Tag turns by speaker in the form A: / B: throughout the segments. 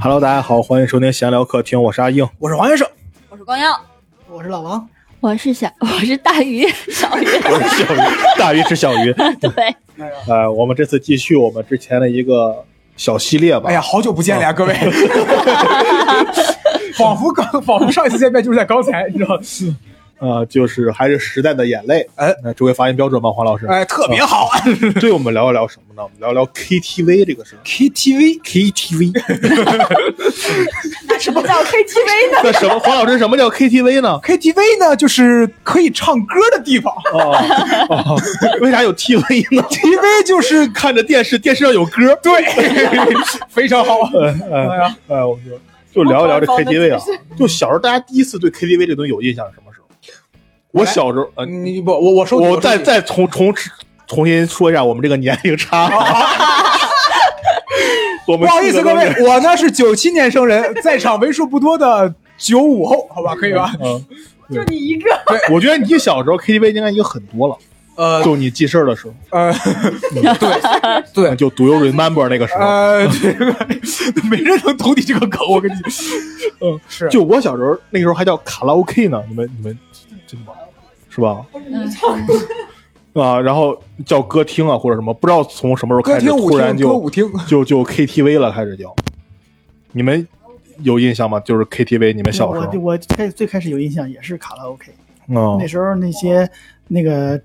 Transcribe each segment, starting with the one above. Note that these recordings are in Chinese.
A: Hello，大家好，欢迎收听闲聊客厅，我是阿硬，我是黄先生，
B: 我是光耀，
C: 我是老王，
B: 我是小， 我是大鱼，小鱼，
A: 我是小鱼，大鱼是小鱼。
B: 对，
A: 呃，我们这次继续我们之前的一个小系列吧。
C: 哎呀，，好久不见了
A: 啊
C: 呀，各位，仿佛刚，仿佛上一次见面就是在刚才，你知道吗？
A: 呃，就是还是时代的眼泪。
C: 哎
A: 呃，这位发音标准吗，黄老师？
C: 哎，特别好啊
A: 对，我们聊一聊什么呢？我们聊一聊 KTV 这个事儿。
C: ，KTV
A: KTV 哎
B: 那什么叫 KTV 呢？
A: 那什么，黄老师什么叫 KTV 呢？
C: KTV 呢，就是可以唱歌的地方
A: 哦哦，为啥有 TV 呢？
C: ，KTV 就是
A: 看着电视，电视上有歌。
C: 对，非常好。
A: 呃呃
C: 哎呀，
A: 哎，我就就聊一聊这
B: 我搞的
A: KTV 啊
B: 真。
A: 就小时候大家第一次对 KTV 这东西有印象是什么时候？我小时候，呃，
C: 你不，我我说
A: 我再再重重重新说一下我们这个年龄差。 我
C: 不
A: 们
C: 好意思，
A: 四个
C: 各
A: 都
C: 位
A: 是，
C: 我呢是九七年生人，在场为数不多的九五后，好吧，可以吧？
A: 嗯，
B: 就你一个，
A: 我觉得你小时候 KTV 应该已经很多了，
C: 呃
A: 就你记事儿的时候，
C: 呃，对对，
A: 就 Do You Remember 那个时候。
C: 呃，这个没人能懂你这个梗，我跟你，嗯，是
A: 就我小时候那个时候还叫卡拉 OK 呢，你们你们真的吗？是吧？ 啊，然后叫歌厅啊，或者什么，不知道从什么时候
C: 歌
A: 开始，
C: 厅、舞
A: 突然
C: 厅、
A: 就
C: 歌舞厅，
A: 就就 KTV 了，开始叫。你们有印象吗？就是 KTV，你们小时
D: 我
A: 候，
D: 我开最开始有印象也是卡拉 OK，、那
A: 嗯，
D: 时候那些那个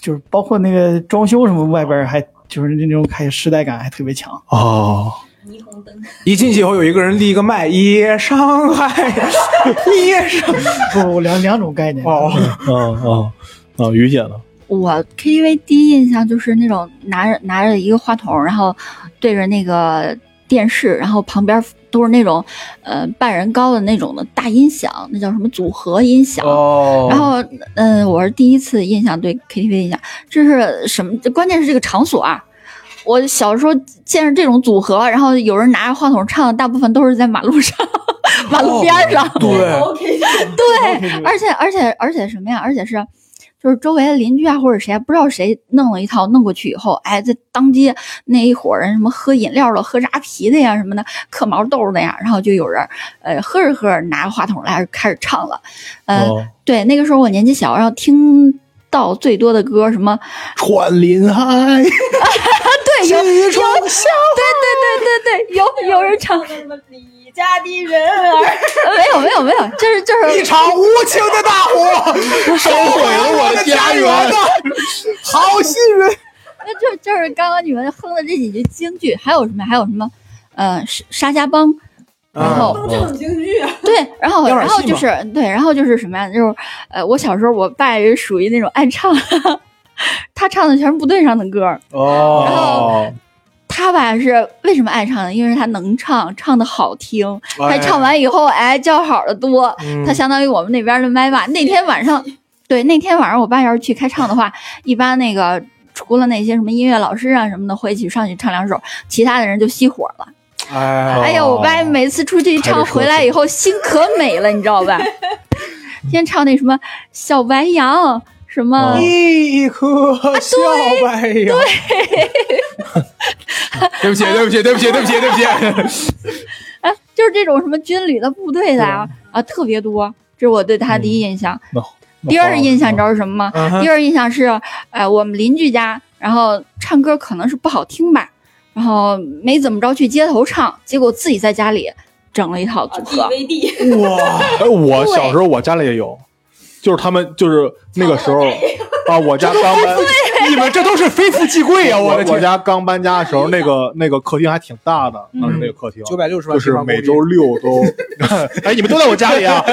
D: 就是包括那个装修什么外边还就是那种还时代感还特别强。
A: 哦，
B: 霓虹灯，
C: 一进去以后有一个人立一个麦，夜上海，夜上
D: 不，我两两种概念。
C: 哦，
A: 嗯嗯嗯，于姐呢？
B: 我 KTV 第一印象就是那种拿着拿着一个话筒，然后对着那个电视，然后旁边都是那种呃半人高的那种的大音响，那叫什么组合音响。
C: 哦
B: 然后，嗯、我是第一次印象对 KTV 印象，这是什么？关键是这个场所啊！我小时候见着这种组合，然后有人拿着话筒唱，大部分都是在马路上、 马路边儿上。
C: 对，
B: 对，而且而且而且什么呀？而且是，就是周围的邻居啊，或者谁啊，不知道谁弄了一套，弄过去以后，哎，在当街那一伙人，什么喝饮料的、喝扎啤的呀，什么的，嗑毛豆的呀，然后就有人，呃，喝着喝着拿个话筒来开始唱了，呃，
A: 哦，
B: 对，那个时候我年纪小，然后听到最多的歌什么，
A: 穿林海，
B: 对，有有，对对对对对，有有人唱，呃
E: 你家的人儿，
B: 没有没有没有，就是就是
C: 一场无情的大火
A: 烧毁了我
C: 的
A: 的家
C: 园
A: 园。
C: 呐，好心人，
B: 那就就是刚刚你们哼的这几句京剧，还有什么？还有什么？呃，沙沙家浜，然后、
E: 都正经剧啊，
B: 对，然后
C: 样板
B: 然后
C: 戏
B: 就是对，然后就是什么呀？就是呃，我小时候我爸也是属于那种爱唱， 他唱的全是部队上的歌儿。
A: 哦，
B: 他吧是为什么爱唱呢？因为他能唱，唱的好听，
C: 哎嗯
B: 他唱完以后，哎，叫好的多。他相当于我们那边的麦霸。那天晚 上，对，那天晚上我爸要是去开唱的话，一般那个除了那些什么音乐老师啊什么的会一起上去唱两首，其他的人就熄火了。
A: 哦
C: 哎，
B: 哎呀，我爸每次出去一
A: 开着
B: 唱
A: 车
B: 回来以后，心可美了，你知 道吧？先唱那什么小白杨，什么
A: 哦
C: 一颗小白杨。对不起，对不起，对不起，对不起，对不 起。
B: 哎，就是这种什么军旅的、部队的啊啊，特别多。这是我对他第一印
A: 嗯
B: 象。第二印象你知道是什么吗？
C: 嗯哼
B: 第二印象是，呃，我们邻居家，然后唱歌可能是不好听吧，然后没怎么着去街头唱，结果自己在家里整了一套
E: 啊
B: 组合。
E: DVD
C: 哇，
A: 哎，我小时候我家里也有，就是他们就是那个时候啊，我家刚搬，
C: 你们这都是非富即贵呀！
A: 啊我我
C: 的天，
A: 家刚搬家的时候，那个那个客厅还挺大的，当时那个客厅
C: 九百六十万
A: 就
C: 平
A: 是
C: 方公里，
A: 每周六 都，哎，你们都在我家里啊。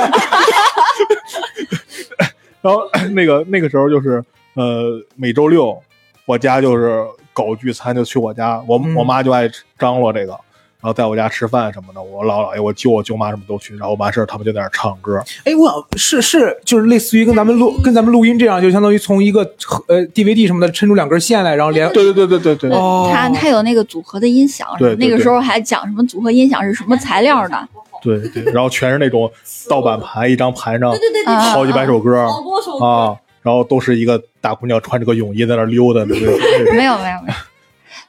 A: 然后那个那个时候就是，呃，每周六我家就是狗聚餐，就去我家，我、
C: 嗯
A: 我妈就爱张罗这个，然后在我家吃饭什么的，我姥姥爷、我舅、我舅妈什么都去，然后完事儿他们就在那儿唱歌。
C: 哎，我是是就是类似于跟咱们录跟咱们录音这样，就相当于从一个呃 DVD 什么的抻出两根线来，然后连
A: 对对对对对
B: 对
A: 对，
C: 哦
B: 他他有那个组合的音响，
A: 对对对
B: 那个时候还讲什么组合音响是什么材料的，
A: 对对，然后全是那种盗版盘，一张盘上
E: 对对对对，
B: 啊
A: 好几百首歌啊
E: 好多首歌，
A: 啊，然后都是一个大姑娘穿着个泳衣在那儿溜达的那种。
B: 没有没有没有。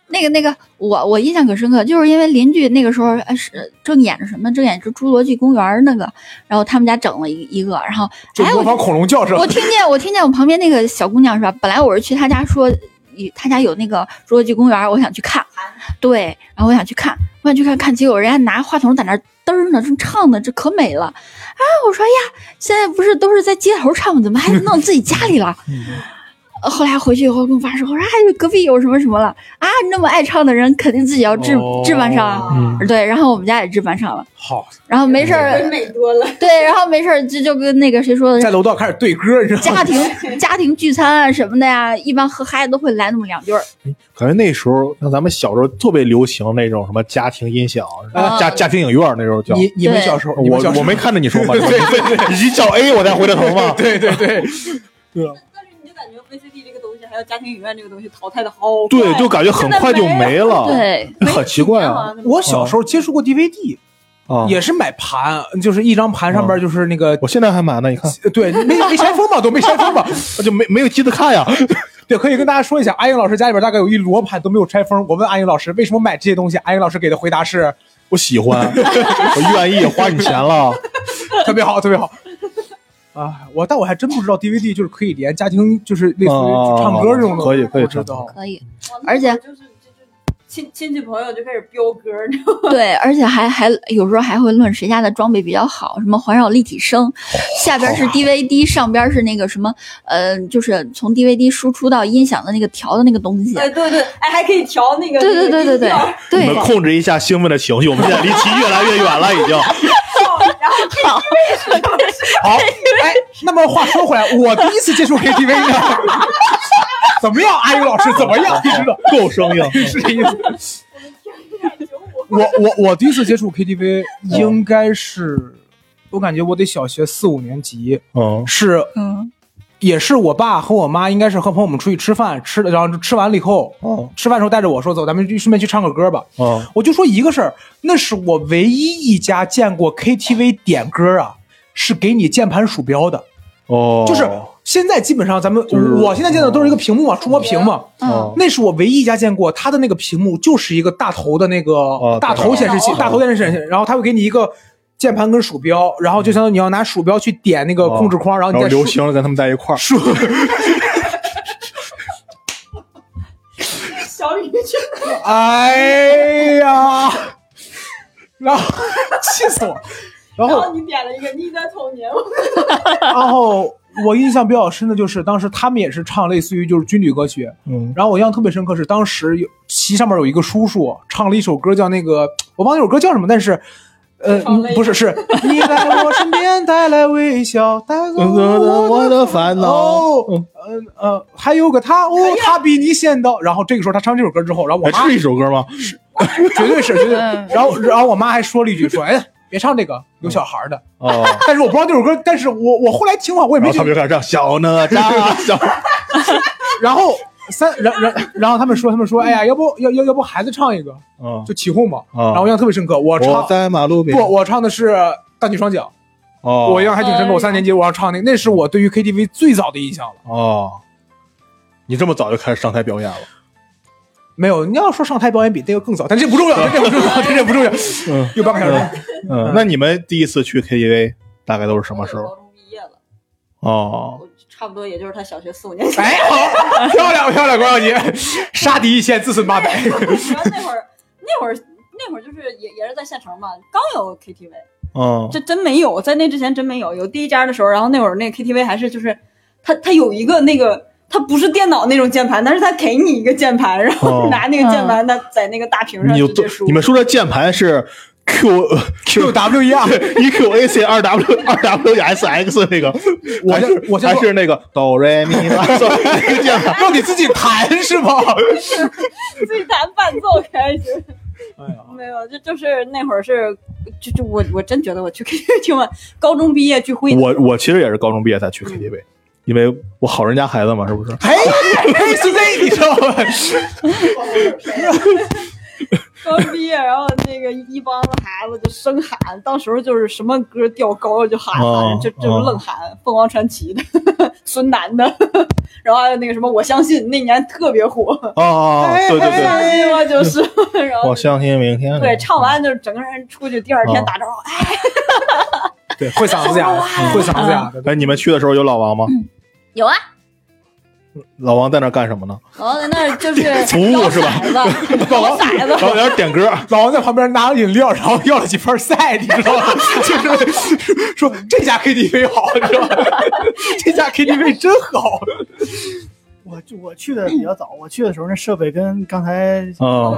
B: 那个那个，我我印象可深刻，就是因为邻居那个时候哎是正演着什么，正演着《侏罗纪公园》那个，然后他们家整了一一个，然后
C: 就
B: 哎
C: 模
B: 我
C: 仿恐龙叫声
B: 我。听见我听见我旁边那个小姑娘是吧？本来我是去她家说，以她家有那个侏罗纪公园，我想去看，对，然后我想去看，我想去看看，结果人家拿话筒在那儿嘚儿呢，正唱呢，这可美了。啊，我说哎呀，现在不是都是在街头唱吗？怎么还弄自己家里了？呃后来回去以后跟我爸说，我说哎，隔壁有什么什么了啊？那么爱唱的人，肯定自己要置
C: 哦
B: 置办上。
A: 嗯
B: 对，然后我们家也置办上了，
C: 好，
B: 然后没事
E: 真
B: 儿，
E: 美多了，
B: 对，然后没事儿就就跟那个谁说的
C: 在楼道开始对歌，你知道吗？
B: 家庭家庭聚餐啊什么的呀，一般和孩子都会来那么两句儿。
A: 感觉那时候，像咱们小时候特别流行那种什么家庭音响、
B: 啊
A: 家家庭影院那时候叫。
C: 你你们
B: 对
C: 小时候，你们小
A: 我
C: 时候
A: 我 没看着你说嘛，对对对，你叫 A 我再回的头嘛。
C: 对对对，
E: 但是你就感觉 VCD 这个东西，还有家庭影院这个东西淘汰的好快，啊
A: 对，就感觉很快就没了，
B: 对，
A: 很奇怪啊。
C: 我小时候接触过 DVD，
A: 啊！
C: 也是买盘，就是一张盘上边就是那个，
A: 我现在还买呢，你看，
C: 对，没没拆封嘛，都没拆封嘛。
A: 就没没有机子看呀。
C: 对，可以跟大家说一下，阿英老师家里边大概有一摞盘都没有拆封。我问阿英老师为什么买这些东西，阿英老师给的回答是
A: 我喜欢，我愿意花你钱了。
C: 特别好，特别好。啊，我但我还真不知道 DVD 就是可以连家庭，就是类似于
A: 哦
C: 唱歌这种的，
A: 可以可以
C: 不知道。
B: 可以，
E: 而
B: 而
E: 且
B: 且
E: 啊就是就是亲亲戚朋友就开始飙歌，你知道吗？
B: 对，而且还还有时候还会论谁家的装备比较好，什么环绕立体
A: 哦
B: 声，下边是 DVD，上边是那个什么，呃，就是从 DVD 输出到音响的那个调的那个东西。
E: 哎，对对，哎，还可以调那个，
B: 对对对对对
A: 你
B: 对
A: 们，控制一下兴奋的情绪，我们现在离题越来越远了，已 经。
E: 然后
C: 好，哎，那么话说回来，我第一次接触 KTV 呢， 怎么样，阿英老师怎么 样？你知道
A: 够生 硬。
C: 是这意思？
E: 九五
C: 我我我第一次接触 KTV
A: 嗯
C: 应该是，我感觉我得小学四五年级，
A: 嗯，
C: 是
B: 嗯，
C: 也是我爸和我妈应该是和朋友们出去吃饭，吃了然后吃完了以后，
A: 哦，
C: 吃饭的时候带着我说走，咱们去顺便去唱个歌吧。
A: 哦，
C: 我就说一个事儿，那是我唯一一家见过 KTV 点歌啊，是给你键盘鼠标的，
A: 哦，
C: 就是现在基本上咱们、
A: 就是
C: 我现在见到都是一个屏幕嘛，触摸屏嘛。
A: 哦
B: 嗯，
C: 那是我唯一一家见过，它的那个屏幕就是一个大头的那个、
A: 哦
C: 大头显示器，大头显示器，然后它会给你一个键盘跟鼠标，然后就相当于你要拿鼠标去点那个控制框，然后
A: 哦然后
C: 你再
A: 流
C: 输
A: 行了跟他们在一块儿，
C: 输。
E: 小雨去
C: 哎呀，然后 气死我！然
E: 然
C: 后
E: 后你点了一个《逆在童年》，
C: 然后我印象比较深的就是当时他们也是唱类似于就是军旅歌曲，
A: 嗯，
C: 然后我印象特别深刻是当时有旗上面有一个叔叔唱了一首歌叫那个我忘了那首歌叫什么，但是。呃
E: 唱累，了
C: 不是，是你来我身边带来微笑，带走我
A: 我
C: 的
A: 的烦恼。
C: 哦，嗯呃，还有个他，哦，他比你先到。然后这个时候他唱这首歌之后，然后我
A: 哎，
C: 妈
A: 是一首歌吗？
C: 绝对是，绝对是。
B: 嗯
C: 然后，然后我妈还说了一句，说：“哎，别唱这个，有小孩的。
A: 哦，”
C: 但是我不知道那首歌，但是我我后来听了，我也
A: 然
C: 没
A: 后
C: 觉
A: 他们就开始
C: 得。
A: 唱小哪吒，小
C: 然后三，然然然后他们说，他们说：“哎呀，要不要要要不孩子唱一个，
A: 嗯，
C: 就起哄嘛。”
A: 啊
C: 然后我印象特别深刻，我唱
A: 我在马路边，
C: 不，我唱的是《大女双桨》，
A: 哦，
C: 我印象还挺深刻。我三年级我要唱那个，那是我对于 KTV 最早的印象了。
A: 哦，你这么早就开始上台表演了，
C: 没有，你要说上台表演比那个更早，但这不重要，这不重 要，这不重要。
A: 嗯
C: 有半个小时。
A: 嗯，那你们第一次去 KTV 大概都是什么时候？
E: 高中毕业了，
A: 哦，
E: 我差不多也就是他小学四五年级。
C: 哎，好，漂亮漂亮，郭小姐，杀敌一千，自损八百。
E: 然后那会儿，那会儿，那会儿就是也也是在县城嘛，刚有 KTV，
A: 嗯，
E: 这真没有，在那之前真没有。有第一家的时候，然后那会儿那个 KTV 还是就是，它它有一个那个，它不是电脑那种键盘，但是它给你一个键盘，然后
A: 哦
E: 拿那个键盘，它在那个大屏上
A: 你
E: 直
A: 有
E: 接输。
A: 你们说这键盘是 Q
C: Q W E R，
A: 一 Q A C 二 W 二 W S X 那个，
C: 我
A: 还
C: 先
A: 是
C: 我先
A: 还
C: 说
A: 是那个哆来咪发 嗦那个键盘。
C: 让你自己弹是吗？
E: 自己弹伴奏开始，
C: 哎呀，
E: 没有，就就是那会儿是，就就我我真觉得我去 KTV 挺晚，高中毕业聚会，
A: 我我其实也是高中毕业才去 KTV，因为我好人家孩子嘛，是不
C: 哎
A: 哦是？
C: 哎，是这，你知道吗？
E: 刚毕业，然后那个一帮子孩子就生喊，当时候就是什么歌调高了就喊，
A: 哦
E: 就就是愣喊《凤凰传奇》的、 孙楠的，然后还有那个什么，我相信那年特别火，
A: 啊啊啊！对对对，
E: 对，我就是，然后
A: 我相信明天。
E: 对，唱完就是整个人出去，第二天
A: 哦
E: 打招呼，哎，
C: 对，会嗓子哑的，会嗓子哑的。
A: 哎，你们去的时候有老王吗？
E: 有啊，
A: 老王在那儿干什么呢？
E: 然后在那儿哎就是
A: 服务
E: 摇
A: 是吧
E: 骰 子，
A: 哦
E: 摇骰子
A: 然，后在那儿点歌。
C: 老王在旁边拿了饮料，然后要了几份菜，你知道吗？就是说这家 KTV 好，你知道吗？这家 KTV 真好。
D: 我我去的比较早，我去的时候那设备跟刚才
A: 嗯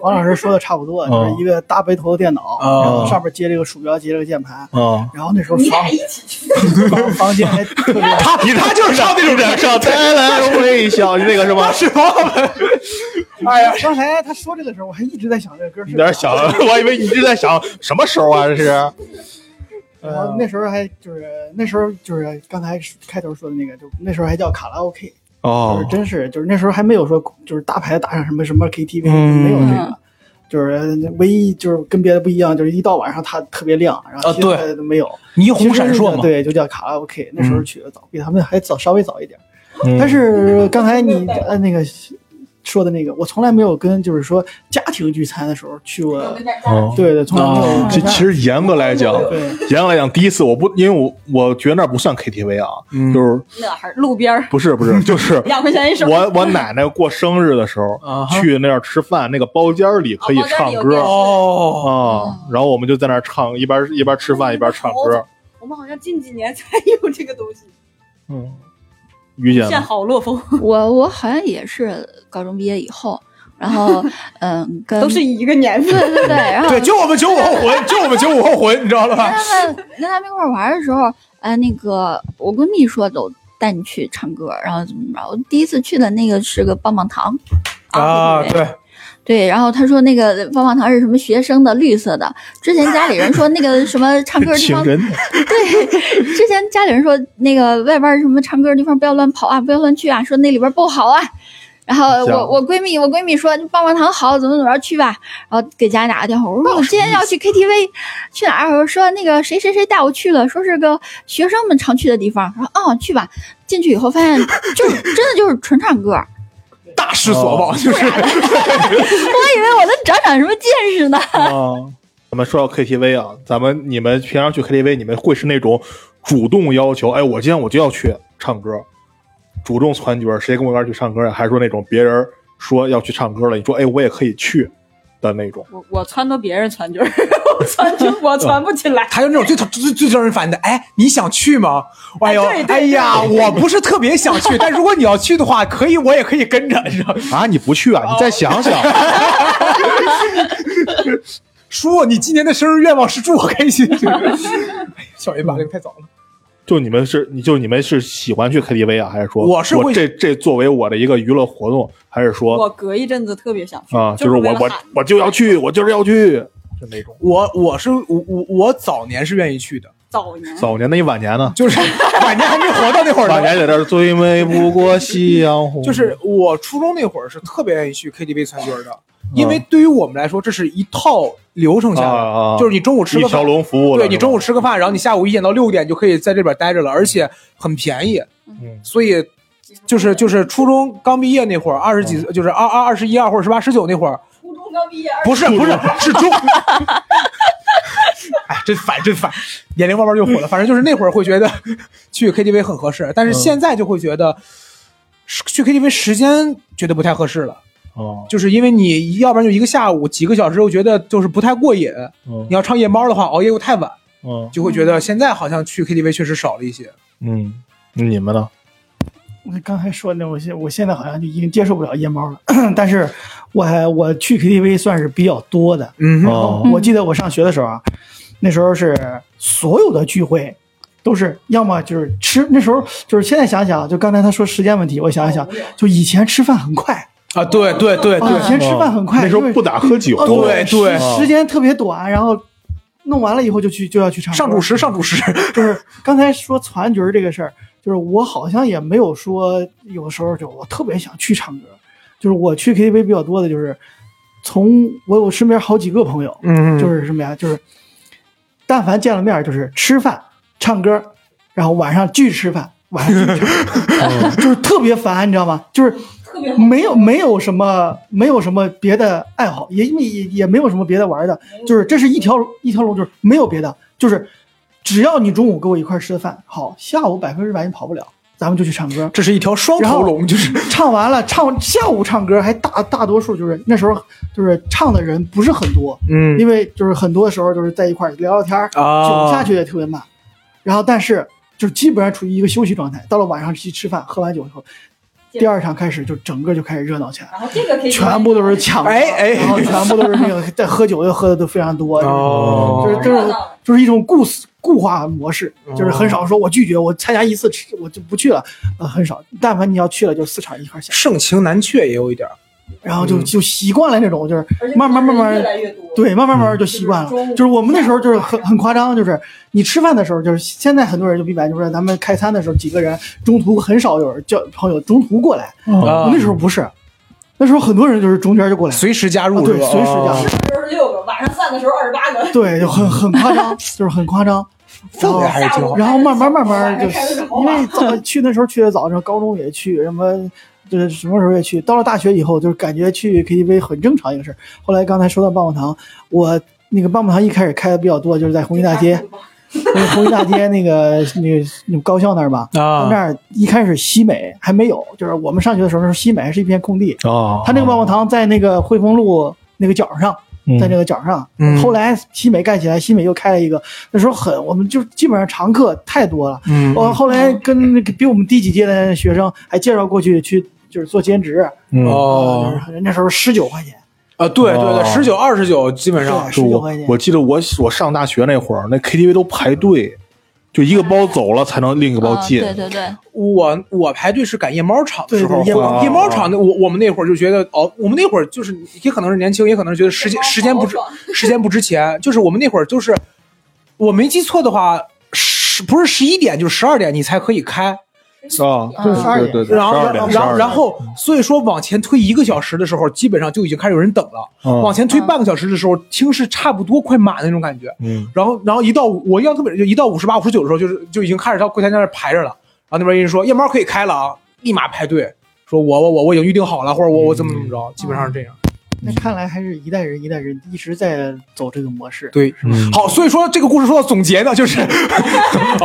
D: 王老师说的差不多，就
A: 嗯
D: 是一个大背头的电脑，
C: 嗯
D: 然后上面接了一个鼠标，接了个键盘。
A: 嗯，
D: 然后那时候
E: 你
D: 房
E: 俩一起去，
D: 房房间还特别
A: 他他就是唱那种人，唱带来微笑，是那个是吧？是吗？
D: 哎呀，刚才他说这个时候，我还一直在想这个歌是
A: 有点想， 我还以为你一直在想什么时候啊？这是
D: 然后那时候还就是那时候就是刚才开头说的那个，就那时候还叫卡拉 OK，就是
A: 哦
D: 真是就是那时候还没有说就是大牌打上什么什么 KTV，
A: 嗯
D: 没有这个。就是唯一就是跟别的不一样，就是一到晚上它特别亮，然后
C: 啊
D: 其他的都没有。
C: 霓
D: 其实那个，对，就叫卡拉 OK。那时候去的早，比他们还早稍微早一点。
A: 嗯
D: 但是刚才你呃那个说的那个，我从来没有跟就是说家庭聚餐的时候去过，
A: 哦
D: 对对，从来没有
C: 哦
A: 这其实严格来讲，
D: 对
A: 严格来讲，第一次我不，因为我我觉得那不算 KTV 啊，
C: 嗯
A: 就是
E: 哪儿路边儿
A: 不是不是，就是
E: 两块钱一 首，
A: 我我奶奶过生日的时候
C: 啊哈
A: 去那儿吃饭，那个包间里可以
E: 哦包间
A: 唱
E: 里有
A: 歌
E: 电嗯
C: 哦，
A: 啊，然后我们就在那儿唱，一边一边吃饭一边唱歌。
E: 我们好像近几年才有这个东西，
A: 嗯，于姐
E: 现在
A: 呢
E: 好落风，
B: 我我好像也是高中毕业以后，然后嗯，跟
E: 都是一个年
B: 对
E: 份。
B: 对 对，然后
C: 对，就我们九五后魂，就我们九五后魂，你知道了吧？
B: 跟他们跟他们一块儿玩的时候，呃，那个我闺蜜说走，带你去唱歌，然后怎么着？我第一次去的那个是个棒棒糖，
C: 啊，对，
B: 对，然后她说那个棒棒糖是什么学生的绿色的，之前家里人说那个什么唱歌的地
A: 情
B: 方，
A: 人
B: 对，之前家里人说那个外边儿什么唱歌的地方不要乱跑啊，不要乱去啊，说那里边儿不好啊。然后
A: 这样
B: 我我闺蜜我闺蜜说棒棒糖好，怎么怎么着去吧。然后给家里打个电话，我说我今天要去 KTV，去哪儿？我说那个谁谁谁带我去了，说是个学生们常去的地方。然后哦去吧，进去以后发现就是真的就是纯唱歌，我
C: 大失所望，就是
B: 以为我能长长什么见识呢。
A: 啊。咱们说到 KTV 啊，咱们你们平常去 KTV，你们会是那种主动要求，哎，我今天我就要去唱歌，主动攒角，谁跟我一块儿去唱歌呀？还是说那种别人说要去唱歌了，你说哎，我也可以去的那种？
E: 我我撺掇别人撺掇， 我撺掇我撺不起来。
C: 还有那种最最最招人烦的，哎，你想去吗？哎呦，
E: 对对
C: 哎呀，我不是特别想去，但如果你要去的话，可以，我也可以跟着，你知道吗？
A: 啊，你不去啊？你再想想。
C: 叔，你今年的生日愿望是祝我开心。 哎小云把这个太早了，
A: 就你们是，你就你们是喜欢去 KTV 啊，还是说
C: 我是会
A: 这这作为我的一个娱乐活动，还是说
E: 我隔一阵子特别想去，
A: 啊，
E: 就是为
A: 我
E: 了
A: 我
E: 喊
A: 我就要去，我就是要去，就那种。
C: 我我是我我我早年是愿意去的，
E: 早年
A: 早年那一晚年呢？
C: 就是 晚年还没活到那会儿
A: 晚
C: 呢。
A: 年在这儿最美不过夕阳红，
C: 就是我初中那会儿是特别愿意去 KTV 参角的，因为对于我们来说，这是一套流程下
A: 嗯啊啊啊
C: 来，就是你中午吃
A: 一
C: 个饭
A: 条，龙服务了。
C: 对你中午吃个饭，然后你下午一点到六点就可以在这边待着了，而且很便宜。
A: 嗯
C: 所以就是就是初中刚毕业那会儿，二十几
A: 嗯
C: 岁就是二二二十一啊二或者十八十九那会儿，
E: 初中刚毕业，
C: 不是不是是中。哎，真烦真烦，年龄慢慢就火了。反正就是那会儿会觉得去 KTV 很合适，但是
A: 嗯
C: 现在就会觉得是去 KTV 时间觉得不太合适了，
A: 哦，
C: 就是因为你要不然就一个下午几个小时，又觉得就是不太过瘾。
A: 嗯
C: 你要唱夜猫的话，熬夜又太晚，
A: 嗯
C: 就会觉得现在好像去 KTV 确实少了一些。
A: 嗯，你们呢？
D: 我刚才说那，我现我现在好像就已经接受不了夜猫了， 但是我还我去 KTV 算是比较多的。
C: 嗯哼
A: 哦
D: 我记得我上学的时候啊，那时候是所有的聚会都是要么就是吃，那时候就是现在想想啊，就刚才他说时间问题，我想一想，就以前吃饭很快，
C: 啊，对对对
D: 啊以
C: 对，
D: 前吃饭很快，
A: 那时
D: 因
A: 候
D: 为
A: 不咋喝酒，
D: 哦
C: 对对
D: 时时间特别短，然后弄完了以后就去就要去唱歌
C: 上主食上主食，
D: 就是刚才说攒局儿这个事儿，就是我好像也没有说有时候就我特别想去唱歌，就是我去 KTV 比较多的就是从我有身边好几个朋友，
C: 嗯
D: 就是什么呀，就是但凡见了面儿就是吃饭、唱歌，然后晚上继续吃饭，晚上继续唱歌，就是特别烦，你知道吗？就是
E: 特别好
D: 没有没有什么没有什么别的爱好，也也也没有什么别的玩的，就是这是一条一条龙，就是没有别的，就是只要你中午跟我一块儿吃的饭，好，下午百分之百你跑不了，咱们就去唱歌，
C: 这是一条双头龙，就是
D: 唱完了，唱下午唱歌还大大多数就是那时候就是唱的人不是很多，
C: 嗯
D: 因为就是很多时候就是在一块儿聊聊天儿，
C: 啊
D: 酒下去也特别慢，然后但是就基本上处于一个休息状态，到了晚上去吃饭，喝完酒以后，第二场开始就整个就开始热闹起来，
E: 然后这个可以
D: 全部都是抢歌，
C: 哎哎
D: 然后全部都是那个 在喝酒又喝的都非常多，
C: 哦
D: 就是就是这种就是一种固死固化模式，就是很少说我拒绝，我参加一次吃我就不去了，呃很少，但凡你要去了就四场一块儿下。
C: 盛情难却也有一点儿，
D: 然后就
C: 嗯
D: 就习惯了那种，就是
E: 而且
D: 慢慢慢
E: 人
D: 慢
E: 越来越多，
D: 对，慢慢慢慢就习惯了。
E: 就是中
D: 就
E: 午
D: 是我们那时候就是很很夸张，就是你吃饭的时候，就是现在很多人就明白，就是咱们开餐的时候，几个人中途很少有人叫朋友中途过来。
C: 啊
D: 我那时候不是，那时候很多人就是中间就过来，
C: 随时加入
D: 啊
C: 是
D: 对
C: 吧？
D: 随时加入
E: 吃的时候是六个，晚上散的时候二十八个，
D: 对，就很很夸张，就是很夸张。然
C: 氛
D: 后
C: 围还是挺好。
D: 然后慢慢慢慢就
E: 开
D: 是，
E: 始
D: 因为早去那时候去的早，然后高中也去，什么就是什么时候也去。到了大学以后，就是感觉去 KTV 很正常一个事儿。后来刚才说到棒棒糖，我那个棒棒糖一开始开的比较多，就是在红旗大街，那个红旗大街那个那个那个高校那儿吧。他们那
C: 啊，
D: 儿一开始西美还没有，就是我们上学的时候，那时候西美还是一片空地。
A: 啊，
D: 他那个棒棒糖在那个汇丰路那个角上，在那个角上。
C: 嗯
D: 后来西美盖起来，西美又开了一个，那时候很，我们就基本上常客太多了。
C: 嗯
D: 我后来跟那个比我们低几届的学生还介绍过去去就是做兼职，
A: 嗯，
C: 哦
D: 啊，那时候十九块钱，
C: 啊，对对对，
A: 哦
C: 十九二十九基本上
D: 对，
A: 就
D: 十九
A: 我
D: 块钱。
A: 我记得我我上大学那会儿，那 KTV 都排队，就一个包走了才能另一个包
B: 啊
A: 进。
B: 对对对，
C: 我我排队是赶夜猫场的时候，
D: 对对夜猫
C: 我夜猫场的我我们那会儿就觉得哦，我们那会儿就是也可能是年轻，也可能是觉得时间时间不值时间不值钱，就是我们那会儿就是我没记错的话，十不是十一点就是十二点你才可以开，
A: 啊，
B: 嗯
A: 对对对对，
C: 然后
A: 12点
C: 然后然，
A: 12点
C: 后所以说往前推一个小时的时候，基本上就已经开始有人等了，
A: 嗯
C: 往前推半个小时的时候，厅是差不多快满那种感觉，
A: 嗯，
C: 然后然后一到我印象特别，就一到五十八、五十九的时候，就是就已经开始到柜台那儿排着了。然后那边一人说夜猫可以开了啊，立马排队，说我我我我已经预定好了，或者我我怎么怎么着，基本上是这样。
D: 那看来还是一代人一代人一直在走这个模式。
C: 对，
A: 嗯
C: 好，所以说这个故事说到总结呢，就是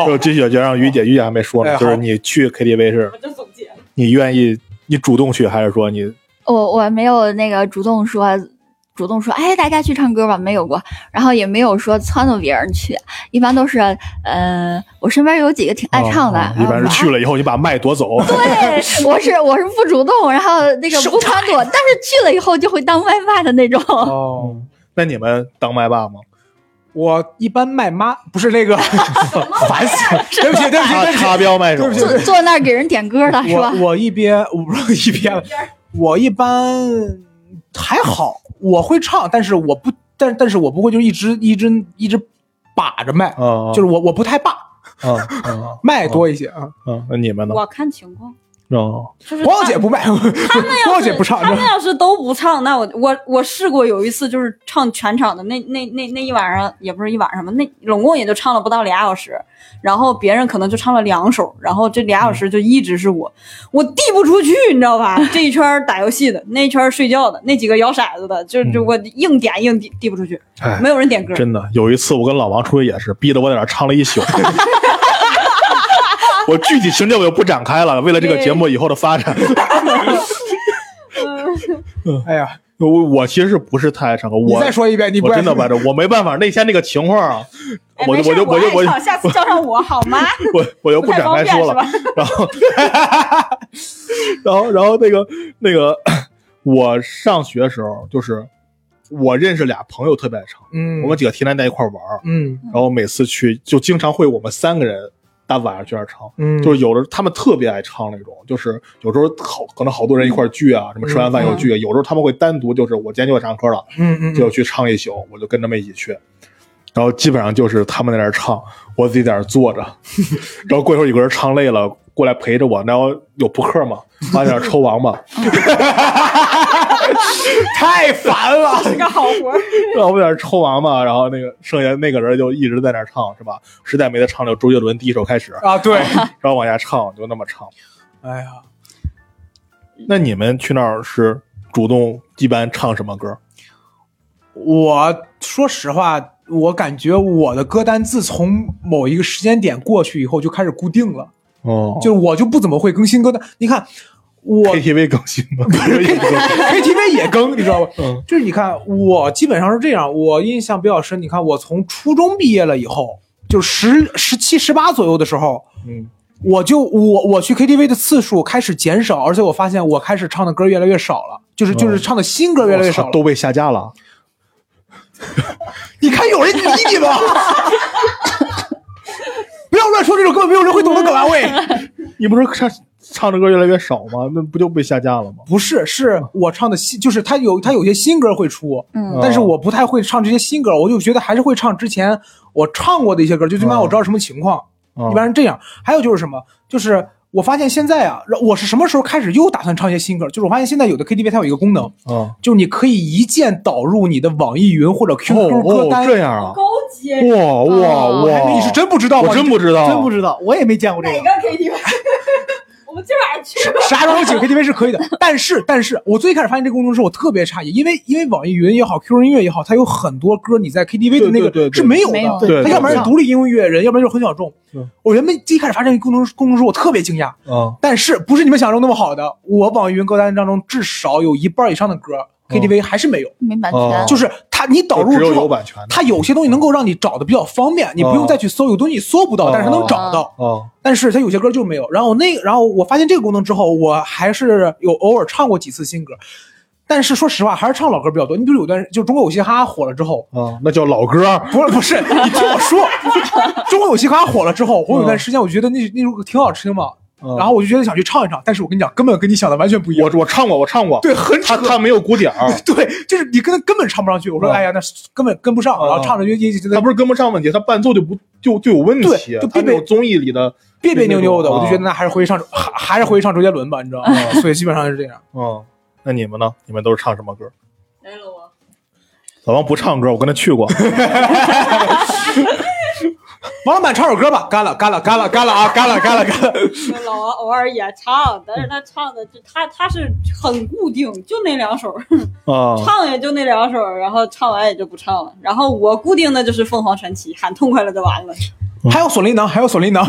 A: 就继续就让于姐，于姐还没说
C: 嗯哎
A: 呢，
C: 好
A: 就是你去 KTV 是
E: 我就总结了，
A: 你愿意你主动去，还是说你
B: 我我没有那个主动说。主动说，哎，大家去唱歌吧，没有过，然后也没有说撺掇别人去，一般都是，呃，我身边有几个挺爱唱的，
A: 啊
B: 然
A: 一
B: 后
A: 般是
C: 嗯
B: 我
A: 去了以后你把麦夺 走，
B: 对，我是我是不主动，然后那个不撺掇，但是去了以后就会当外卖的那种。
C: 哦，
A: 那你们当麦霸吗？
C: 我一般卖妈不是那个， 烦死了，对不起对
A: 插
C: 不起哎对不起，
A: 插标麦手
C: 对不起
B: 坐坐那儿给人点歌的啊是吧？
C: 我我一边我不是一边，我一般还好，我会唱，但是我不，但但是我不会就一直一直一直把着麦，
A: 啊，
C: 就是我我不太霸
A: 啊啊
C: 麦多一些啊。
A: 啊，那你
D: 嗯
A: 们呢？
E: 我看情况，
A: 哦，
E: 就 是
C: 光耀姐不卖， 光耀姐不唱，
E: 他们要是都不唱，那我我我试过有一次就是唱全场的，那那那那一晚上也不是一晚上吧，那拢共也就唱了不到俩小时，然后别人可能就唱了两首，然后这俩小时就一直是我，我递不出去，你知道吧？这一圈儿打游戏的，那一圈儿睡觉的，那几个摇骰子的，就就我硬点硬递递不出去，
A: 嗯哎
E: 没有人点歌，
A: 真的，有一次我跟老王出去也是，逼得我在那儿唱了一 宿。 我具体情节我就不展开了，为了这个节目以后的发展，
C: 哎呀，
A: 我我其实是不是太爱唱歌，
C: 你
A: 我
C: 再说一遍，你不
A: 我
C: 爱
A: 真的不爱唱，我没办法，那天那个情况啊，
E: 哎
A: 我
E: 没
A: 就
E: 事
A: 我就我就
E: 我
A: 我就
E: 爱唱下次叫上我好 吗？
A: 我我就不展开说了
E: 不太方。
A: 然后，然后然后那个那个，我上学的时候就是我认识俩朋友特别爱唱，
C: 嗯，
A: 我们几个天天在一块儿玩儿，
C: 嗯
A: 然后每次去就经常会我们三个人大晚上去那儿唱。
C: 嗯，
A: 就是有的他们特别爱唱那种，就是有时候好可能好多人一块儿聚啊，什么吃完饭又聚，有时候他们会单独就是我今天就要上课了，
C: 嗯嗯
A: 就去唱一宿，我就跟他们一起去，然后基本上就是他们在那儿唱，我自己在那儿坐着， 然后过一会儿有个人唱累了过来陪着我，然后有扑克嘛，往在那儿抽王八， 太烦 了。
E: 是个好活儿。
A: 老不在那儿抽完嘛，然后那个剩下那个人就一直在那儿唱，是吧？实在没得唱，就周杰伦第一首开始，
C: 啊，对，
A: 然后往下唱，就那么 唱。
C: 哎呀，
A: 那你们去那儿是主动一般唱什么歌？
C: 我说实话，我感觉我的歌单自从某一个时间点过去以后就开始固定了，
A: 哦
C: 就是我就不怎么会更新歌单。你看，我
A: KTV 更新 吗？
C: KTV 也更，你知道吧？
A: 嗯
C: 就是你看，我基本上是这样。我印象比较深，你看，我从初中毕业了以后，就十十七、十八左右的时候，
A: 嗯，
C: 我就我我去 KTV 的次数开始减少，而且我发现我开始唱的歌越来越少了，就是就是唱的新歌越来越
A: 嗯我
C: 少
A: 操
C: 了。
A: 都被下架了。
C: 你看有人理你吗？ 不要乱说这种根本没有人会懂的梗啊！喂，
A: 你不是唱唱的歌越来越少吗？那不就被下架了吗？
C: 不是，是我唱的新，就是他有他有些新歌会出，
B: 嗯
A: 哦
C: 但是我不太会唱这些新歌，我就觉得还是会唱之前我唱过的一些歌，就最起码
A: 嗯
C: 我知道什么情况，
A: 嗯
C: 一般是这样。还有就是什么，就是我发现现在啊，我是什么时候开始又打算唱一些新歌？就是我发现现在有的 KTV 它有一个功能，
A: 啊，
C: 就是你可以一键导入你的网易云或者
A: 哦
C: QQ 歌
A: 哦，
C: 单。嗯哎
A: 这样啊，
E: 高级，
A: 哇哇
B: 哦
A: 哇！
C: 你是真不知道吗？
A: 我真
C: 你
A: 不知道，啊
D: 真不知道，我也没见过这个。
E: KTV？我们今晚上去吧。
C: 啥时候请 KTV 是可以的，但是但是我最开始发现这个功能的时候，我特别诧异，因为因为网易云也好，QQ 音乐也好，它有很多歌你在 KTV 的
A: 对
C: 那
A: 对对
C: 个
A: 对
C: 是没有的，
B: 没有
A: 对
C: 它
A: 对
C: 要不然是独立音乐人，要不然就是很小众
A: 嗯。
C: 我原本最开始发现这个功能功能的时候，我特别惊讶，
A: 啊
C: 但是不是你们想象中那么好的？我网易云歌单当中至少有一半以上的歌 KTV 还是没有，
B: 没版
A: 哦
B: 权，
C: 就是它你导
A: 就
C: 入
A: 嗯只有
C: 之
A: 有
C: 后，
A: 版权的
C: 它有些东西能够让你找的比较方便，你不用再去搜，有东西你搜不到，但是它能找到。
A: 哦
C: 但是它有些歌就是没有。然后那个，然后我发现这个功能之后，我还是有偶尔唱过几次新歌，但是说实话还是唱老歌比较多。你比如有段就中国有嘻哈火了之后，
A: 啊，那叫老歌
C: 不是不是，你听我说，中国有嘻哈火了之后，我有段时间我觉得那那首歌挺好听嘛，
A: 嗯
C: 然后我就觉得想去唱一唱，但是我跟你讲，根本跟你想的完全不一样
A: 我。我唱过，我唱过，
C: 对，很扯
A: 他。他没有鼓点儿，
C: 对，就是你跟根本唱不上去。我说，
A: 嗯
C: 哎呀，那根本跟不上，
A: 嗯
C: 然后唱着就一直在
A: 他不是跟不上问题，他伴奏就不就就有问题啊
C: 对，
A: 他
C: 就必
A: 那
C: 备
A: 种综艺里的，
C: 别别扭扭的，
A: 那嗯种
C: 我就觉得那还是回去唱，还还是回去唱周杰伦吧，你知道吗？ 所以基本上是这样。
A: 嗯，那你们呢？你们都是唱什么歌？
E: 来了我。
A: 老王不唱歌，我跟他去 过，
C: 王老板唱首歌吧，干了，干了，干了，干了啊，干了，干了，干了。
E: 老王偶尔也唱，但是他唱的就他他是很固定，就那两首，
A: 啊
E: 唱也就那两首，然后唱完也就不唱了。然后我固定的就是凤凰传奇，喊痛快了就完了。
C: 还有锁麟囊，还有锁麟囊，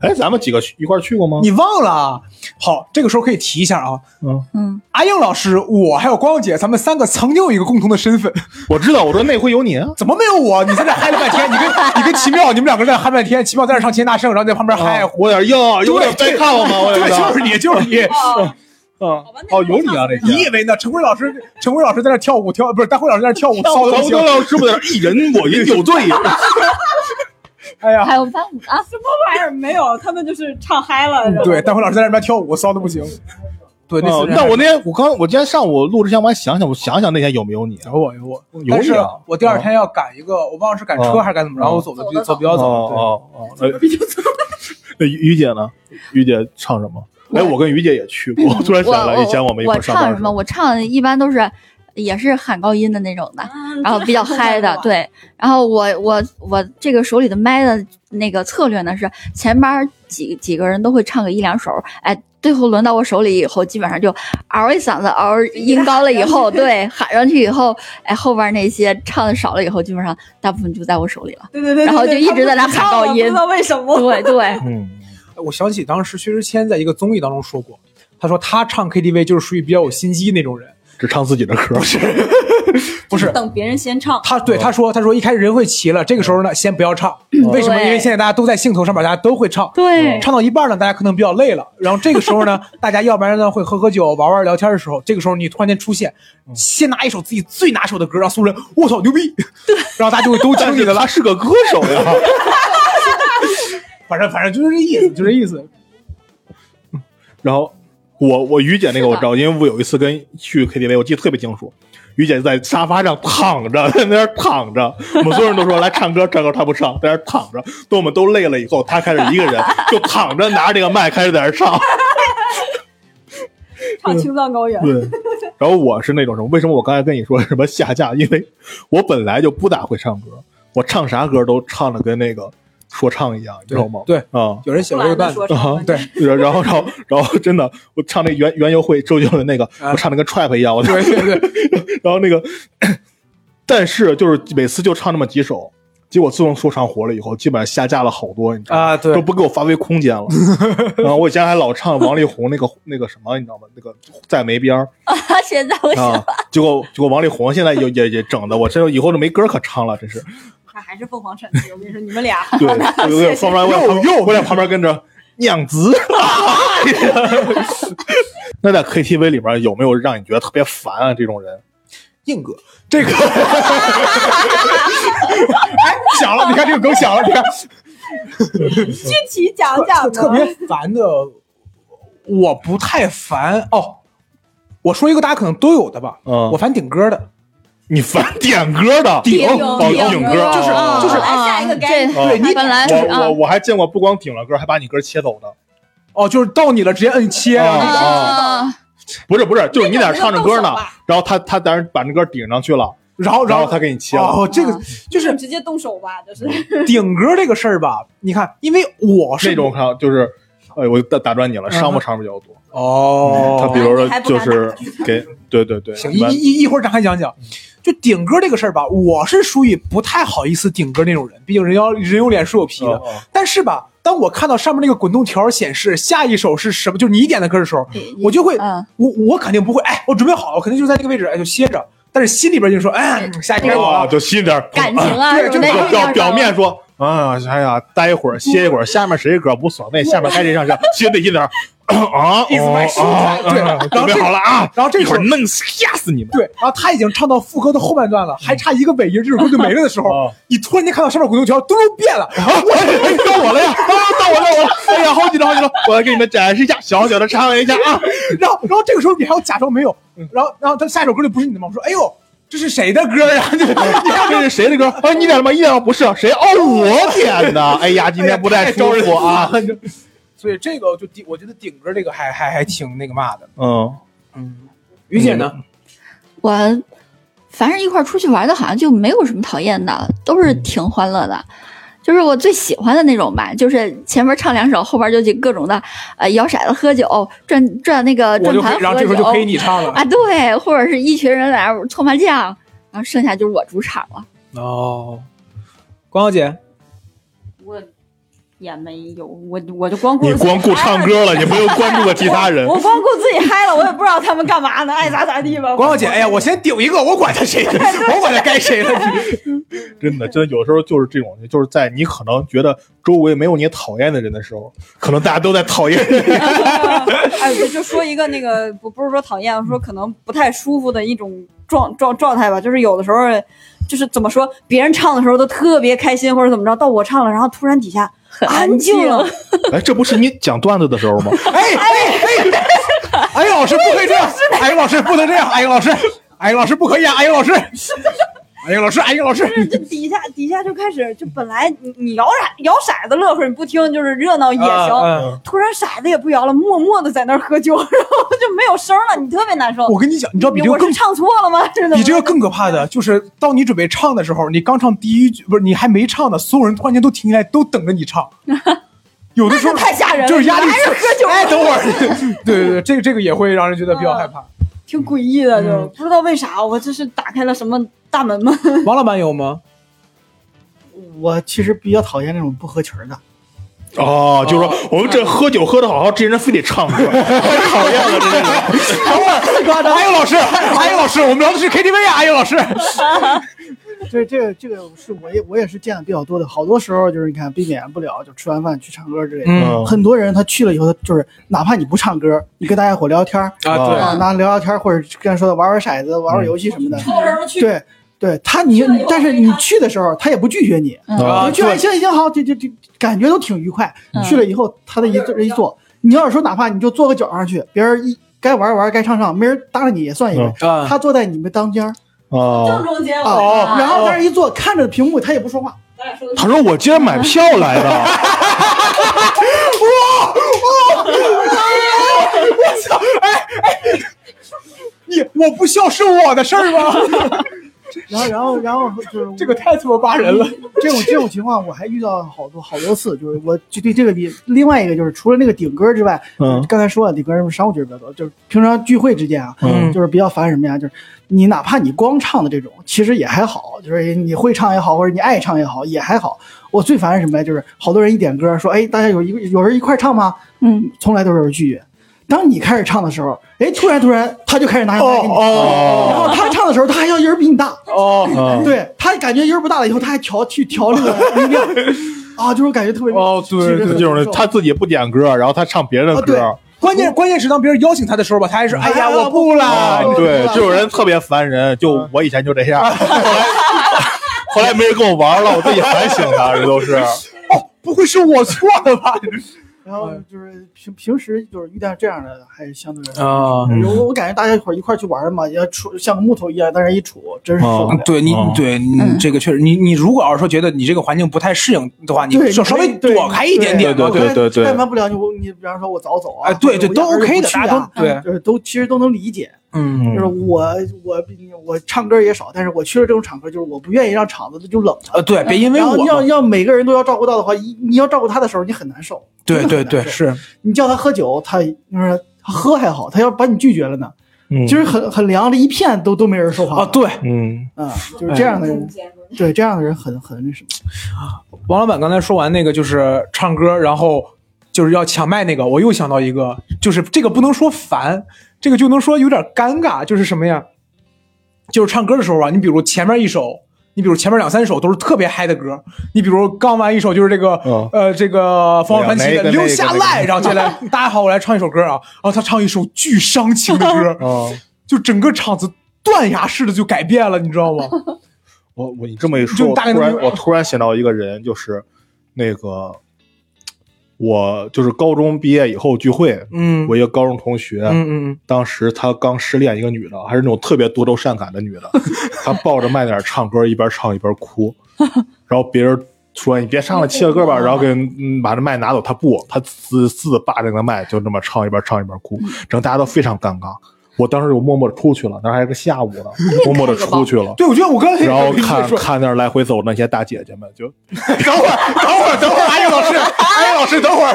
A: 哎，咱们几个去一块儿去过吗？
C: 你忘了啊？好，这个时候可以提一下啊，
A: 嗯，
B: 嗯，
C: 阿英老师，我还有光姐，咱们三个曾经有一个共同的身份，
A: 我知道，我说那回有你啊，
C: 怎么没有我？你在这嗨了半天，你 跟你跟奇妙，你们两个在那嗨半天，奇妙在那唱《天大圣》，然后在旁边嗨。
A: 我有点硬，有点
C: 对
A: 被看了吗？我也哎
C: 啊对，
A: 知道
C: 就是你，就是你。
E: 哦，
A: 嗯
E: 好吧，那
A: 哦，有你啊，那
C: 你
A: 天。
C: 以为呢？陈辉老师，陈辉老师在那跳舞跳，不是大辉老师在那跳舞骚的不
A: 曹
C: 行
A: 德。老师傅在那儿一人我饮有 罪，哦
C: 哎呀，
B: 还有伴舞啊，
E: 什么玩意儿没有？他们就是唱嗨了。然
C: 嗯
E: 后
C: 对，大辉老师在那边跳舞骚的不行。嗯对，那
A: 哦
C: 次
A: 但我那天我刚我今天上午录之前我还想想，我想想那天有没有你啊？
C: 有我有我
A: 有
C: 但是
A: 你啊
C: 我第二天要赶一个，我忘了是赶车还是赶怎么着，然后我走的
E: 走得
C: 走
E: 早
C: 比较早。
A: 哦哦，哎，那于于姐呢？于姐唱什么？哎，我跟于姐也去 过，突然
B: 我
A: 想起来以前
B: 我
A: 们一
B: 我
A: 块儿上班
B: 唱
A: 的
B: 什
A: 时
B: 么？
A: 候。
B: 我唱一般都是也是喊高音的那种的，
E: 嗯
B: 然后 比较嗨的，，对。然后我我我这个手里的麦的那个策略呢是，前边几几个人都会唱个一两首，哎，最后轮到我手里以后，基本上就嗷一嗓子，嗷音高了以 后，对，喊上去以后，哎，后边那些唱的少了以后，基本上大部分就在我手里了。
E: 对对对，
B: 然后
E: 对对
B: 就一直在那喊高音
E: 他们不知道为什么。
B: 对对，
A: 嗯，
C: 对我想起当时薛之谦在一个综艺当中说过，他说他唱 KTV 就是属于比较有心机那种人，
A: 只唱自己的歌，
C: 不是。
B: 嗯
E: 等别人先唱，
C: 他对他说：“他说一开始人会齐了，这个时候呢，先不要唱，为什么？
B: 嗯对
C: 因为现在大家都在兴头上面，大家都会唱。
B: 对
A: 哦
C: 唱到一半呢，大家可能比较累了，然后这个时候呢，大家要不然呢会喝喝酒、玩玩聊天的时候，这个时候你突然间出现，
A: 嗯
C: 先拿一首自己最拿手的歌，让所有人我操牛逼，然后大家就会都听
A: 但
C: 你
A: 是
C: 的了
A: 他。是个歌手呀。
C: 反正反正就是这意思，就这意思。
A: 然后我我于姐那个我知道，因为我有一次跟去 KTV，我记得特别清楚。于姐在沙发上躺着， 在那儿躺着，我们所有人都说来唱歌，唱歌她不唱，在那儿躺着。等我们都累了以 后，她开始一个人就躺着拿着这个麦开始在那儿唱。
E: 唱青藏高原。
A: 对，然后我是那种什么？为什么我刚才跟你说什么下架？因为我本来就不咋会唱歌，我唱啥歌都唱的跟那个说唱一样，你知道吗？
C: 对
A: 啊，
C: 有人写
E: 不
C: 过这个段子
E: 然的说，唱
A: 啊
E: 了，
C: 对
A: 然然后然后然后真的，我唱那原原油会周杰伦那个，
C: 啊
A: 我唱的跟 trap 一样，我
C: 对对对，
A: 然后那个，但是就是每次就唱那么几首，结果自从说唱火了以后，基本上下架了好多，你知道吗？
C: 啊对
A: 都不给我发挥空 间了。然后我以前还老唱王力宏那个那个什么，你知道吗？那个在梅边儿
B: 现在我
A: 啊，结果结果王力宏现在也也也整的，我这以后就没歌可唱了，真是。
E: 他还是凤凰传奇。我跟你说，你们俩
A: 对，对对，放出来我在旁边我在旁边跟着酿子。 那在 KTV 里面有没有让你觉得特别烦啊？这种人？
C: 硬哥，
A: 这个，哎，想了，你看这个梗想了，你 看，
E: 具体讲讲
C: 特
E: 吧。
C: 特别烦的，我不太烦哦。我说一个大家可能都有的吧，
A: 嗯
C: 我烦顶歌的，
A: 你烦点歌 的，
C: 顶
A: 哦顶歌，
C: 就是
A: 哦
C: 就是
E: 来下一个该
B: 这
A: 哦
C: 对你
B: 本来是
A: 我
B: 啊
A: 我，我还见过不光顶了歌，还把你歌切走的，
C: 哦，就是到你了直接摁切，然后
A: 啊
B: 啊，
A: 不是不是，就是你在那唱着歌
E: 那
A: 呢
E: 种没有动手吧，
A: 然后他他当然把那歌顶上去了，
C: 然后
A: 然
C: 后
A: 后他给你切了，
C: 哦，这个
B: 嗯
C: 就是
E: 直接动手吧，就是
C: 顶歌这个事儿吧，你看，因为我是
A: 那种唱就是。哎，我打打断你了，
C: 嗯
A: 商务场比较多。嗯他
C: 哦
A: 比，如说
E: 还不
A: 就
E: 敢
A: 是给，对对对，
C: 行，
A: 一
C: 一
A: 般
C: 一一会儿展开讲
A: 嗯
C: 讲。就顶歌这个事儿吧，我是属于不太好意思顶歌那种人，毕竟人要人有脸树有皮的。
A: 哦哦
C: 但是吧，当我看到上面那个滚动条显示下一首是什么，就是你点的歌的时候，我就会，
B: 嗯
C: 我我肯定不会，哎，我准备好了，我肯定就在那个位置，哎，就歇着。但是心里边就说，哎，下一个该我
A: 啊，
C: 了。
A: 就心里点儿
B: 感情啊
A: 对
B: 什么
A: 就
B: 的
A: 表
B: 一定要
A: 表
B: 上
A: 表面说啊，哎呀，待一会儿歇一会儿，下面谁歌无所谓，下面该谁上谁，心里一点儿啊，
C: It's my show
A: 啊啊
C: 对
A: 啊
C: 然后
A: 准备
C: 这
A: 好了啊，
C: 然后这
A: 一会儿
C: 首
A: 弄死吓死你们。
C: 对，然后他已经唱到副歌的后半段了，还差一个尾音，这首歌就没了的时候
A: 啊，
C: 你突然间看到上面滚动条嘟噜变了，
A: 啊！我哎到我了呀！啊，到我了，到我了！哎呀，好紧张，好紧张！我来给你们展示一下，小小的插了一下啊！
C: 然后然后这个时候你还要假装没有，
A: 嗯
C: 然后然后他下一首歌就不是你的吗？我说哎呦，这是谁的歌呀？ 就
A: 你看哦这是谁的歌？啊，你点吗？一点都不是谁？哦，我点的！哎呀，今天不太舒服啊！！
C: 哎呀太招人烦了 所以这个就顶，我觉得顶歌这个还还还挺那个嘛的。
A: 嗯，
C: 嗯，于姐呢？
B: 我反正一块儿出去玩的，好像就没有什么讨厌的，都是挺欢乐的。就是我最喜欢的那种吧，就是前面唱两首，后边就去各种的，呃，摇骰子喝酒，转转那个
C: 我
B: 转
C: 就
B: 盘
C: 然后
B: 喝
C: 这时候就
A: 哦
B: 酒
C: 可以你唱了。
B: 啊，对，或者是一群人在那儿搓麻将，然后剩下就是我主场了。
C: 哦，光小姐，
E: 我也没有，我我就光顾
A: 你光顾唱歌了，你没有关注过其他人
E: 我。光顾自己嗨了，我也不知道他们干嘛呢，爱咋咋地吧。
C: 光小姐，哎呀，我先顶一个，我管他谁，我管他该谁了。
A: 真的，真的，有时候就是这种，就是在你可能觉得周围没有你讨厌的人的时候，可能大家都在讨厌你。
E: 哎，就就说一个那个，不不是说讨厌，我说可能不太舒服的一种状状状态吧，就是有的时候，就是怎么说，别人唱的时候都特别开心或者怎么着，到我唱了，然后突然底下安静了，
A: 哎，这不是你讲段子的时候吗？
C: 哎哎哎！哎呦，老师不可以这样！哎呦，老师不能这样！哎呦，老师，哎呦，老师不可以啊！哎呦，老师，哎呦，老师，哎呦，老师，
E: 就底下底下就开始就本来你你摇骰摇骰子乐呵，你不听就是热闹也行，
C: 啊啊
E: 突然骰子也不摇了，默默的在那儿喝酒，然后就没有声儿了，你特别难受。
C: 我跟你讲，你知道比这个
E: 我
C: 更
E: 是唱错了吗？真的
C: 比这个更可怕的，就是当你准备唱的时候，你刚唱第一句，不是你还没唱呢，所有人突然间都停下来，都等着你唱。有的时候
E: 那就太吓人了
C: 就是压力
E: 你还是喝酒
C: 哎，等会儿， 对对对，这个这个也会让人觉得比较害怕。
E: 挺诡异的，就、
C: 嗯
E: 不知道为啥，我这是打开了什么大门吗？
C: 王老板有吗？
D: 我其实比较讨厌那种不合群儿的，
A: 哦，就是说我们这喝酒喝的好好，这人非得唱歌， 太讨厌了，这人。
C: 哎呦老师，哎呦老师，我们聊的是 KTV 啊，哎呦老师，
D: 这这个这个是我也我也是见的比较多的，好多时候就是你看避免不了就吃完饭去唱歌之类的。
A: 嗯
D: 很多人他去了以后，他就是哪怕你不唱歌，你跟大家伙聊聊天儿，
A: 啊
D: 啊，那聊聊天儿或者刚才说的玩玩骰子、玩玩游戏什么的，
E: 人去
D: 对对，他你你但是你去的时候，他也不拒绝你，
A: 嗯
C: 啊
D: 你去
C: 对
D: 哎行行好，这这这感觉都挺愉快。
A: 嗯
D: 去了以后，他的一坐一坐，你要是说哪怕你就坐个脚上去，别人一该玩玩该唱唱，没人搭理你也算一个
A: 嗯。
C: 啊
D: 他坐在你们当间儿
A: 哦，
E: 中间
D: 啊，然后在那儿一坐，看着屏幕，他也不说话。
A: 他说我今儿买票来的。
C: 操！哎哎，你我不笑是我的事儿吗？
D: 然后然后然后就是
C: 这个太他妈扒人了。
D: 这种这种情况我还遇到好多好多次，就是我就对这个理另外一个就是除了那个顶歌之外，
A: 嗯
D: 刚才说了顶歌什么商务局比较多，就是平常聚会之间啊，
C: 嗯
D: 就是比较烦什么呀，就是你哪怕你光唱的这种，其实也还好，就是你会唱也好，或者你爱唱也好，也还好。我最烦是什么呀？就是好多人一点歌说，哎，大家有一个有人一块儿唱吗？
B: 嗯，
D: 从来都是有人拒绝。当你开始唱的时候，哎，突然突然他就开始拿下麦给你，然后他唱的时候，他还要音儿比你大，
C: 哦
A: 啊，
D: 对他感觉音儿不大了以后，他还调去调 这个音量，啊，就是感觉特别
C: 哦，对
D: 对
A: 这种人他自己不点歌，然后他唱别人的歌，哦
C: 关键关键是当别人邀请他的时候吧，他还是哎呀我不啦
A: 啊，
D: 哦，对，
A: 对这种人特别烦人。就我以前就这样，后来后来没人跟我玩了，我自己反省他，这都是。
C: 不会是我错了吧？
D: 然后就是平平时就是遇到这样的还是相对来说。
C: 啊
A: 嗯
D: 我我感觉大家一会儿一块儿去玩儿嘛，也杵像个木头一样，但是一杵真是受不了。
C: 对你
A: 哦，
C: 对你
B: 嗯
C: 这个确实，你你如果要是说觉得你这个环境不太适应的话，你
D: 对，
C: 稍稍微
D: 对
C: 躲开一点点
A: 对
C: 嘛，
A: 对对对对
D: 但凡不了你，我你比方说我早走啊，
C: 哎，对对
D: 或者
C: 都
D: 我压根儿
C: OK
D: 就不
C: 的，
D: 去
C: 大家
D: 啊
C: 都对，
D: 就是都其实都能理解。
C: 嗯
D: 就是
A: 嗯，
D: 我我我唱歌也少，但是我去了这种场合，就是我不愿意让场子就冷了。
C: 呃，对，别因为
D: 然后
C: 我
D: 要
C: 嘛，
D: 要每个人都要照顾到的话，一你要照顾他的时候，你很难受。
C: 对
D: 真的
C: 对
D: 很
C: 对
D: 难受
C: 是，啊
D: 你叫他喝酒，他就是他喝还好，他要把你拒绝了呢，
A: 嗯
D: 就是很很凉，这一片都都没人说话
C: 啊，对，
A: 嗯，
D: 嗯，就是这样的人，对这样的人很很那什么。
C: 王老板刚才说完那个就是唱歌，然后就是要抢麦那个，我又想到一个，就是这个不能说烦，这个就能说有点尴尬，就是什么呀？就是唱歌的时候啊，你比如前面一首，你比如前面两三首都是特别嗨的歌，你比如刚完一首就是这个、
A: 嗯
C: 呃这个凤凰传奇
A: 哪一
C: 的
A: 个哪
C: 《
A: 一个
C: 留下来》，然后接下来大家好，我来唱一首歌啊，然后他唱一首巨伤情的歌，
A: 啊，
C: 就整个场子断崖式的就改变了，你知道吗？
A: 我我你这么一说，
C: 就
A: 我
C: 大概
A: 突然
C: 能
A: 我突然想到一个人，就是那个我就是高中毕业以后聚会，
C: 嗯
A: 我一个高中同学，
C: 嗯嗯
A: 当时他刚失恋一个女的，还是那种特别多愁善感的女 的，她抱着麦在那儿唱歌，一边唱一边哭，然后别人说你别唱了，切了歌吧，然后给、嗯把这麦拿走，她不，她死死地霸着那个麦，就那么唱一边唱一边哭，整个大家都非常尴尬。我当时就默默地出去了，当时还是个下 午呢，默默的出去了
C: 嗯，。对，我觉得我刚才 也
A: 然后
C: 跟你
A: 看
C: 说
A: 看那儿来回走那些大姐姐们，就 等会儿，等会儿，等会儿，阿姨 老师，阿姨老师，等会儿。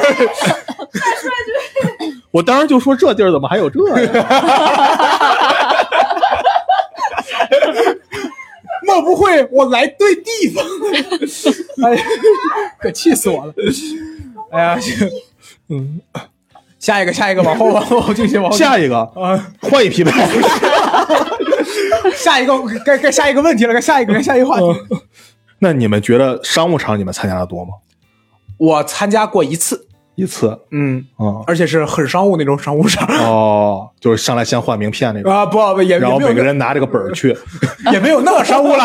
A: 我当时就说这地儿怎么还有这呀？
C: 莫不会我来对地方？ 哎呀，可气死我了！ 哎呀，行
A: 嗯，
C: 下一个，下一个，往后，往后，进去，往 后，
A: 下一个
C: 啊，
A: 换一批呗。
C: 下一个，该该下一个问题了，该下一个，该下一个话题。
A: 那你们觉得商务场你们参加的多吗？
C: 我参加过一次，
A: 一次
C: 嗯，
A: 啊、
C: 而且是很商务那种商务场
A: 哦，就是上来先换名片那种，
C: 啊，不，不也也
A: 然后
C: 没有
A: 每个
C: 那
A: 人拿着个本儿去。
C: 也没有那么商务 了。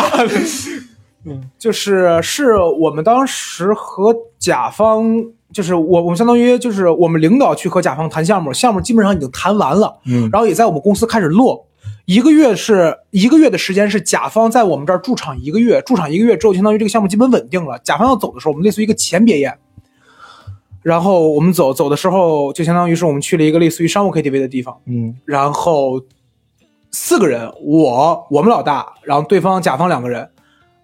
C: 嗯就是是我们当时和甲方，就是我我们相当于就是我们领导去和甲方谈项目，项目基本上已经谈完了，
A: 嗯
C: 然后也在我们公司开始落。一个月是一个月的时间，是甲方在我们这儿驻场一个月，驻场一个月之后，相当于这个项目基本稳定了。甲方要走的时候，我们类似于一个前别宴，然后我们走走的时候，就相当于是我们去了一个类似于商务 KTV 的地方，
A: 嗯
C: 然后四个人，我我们老大，然后对方甲方两个人，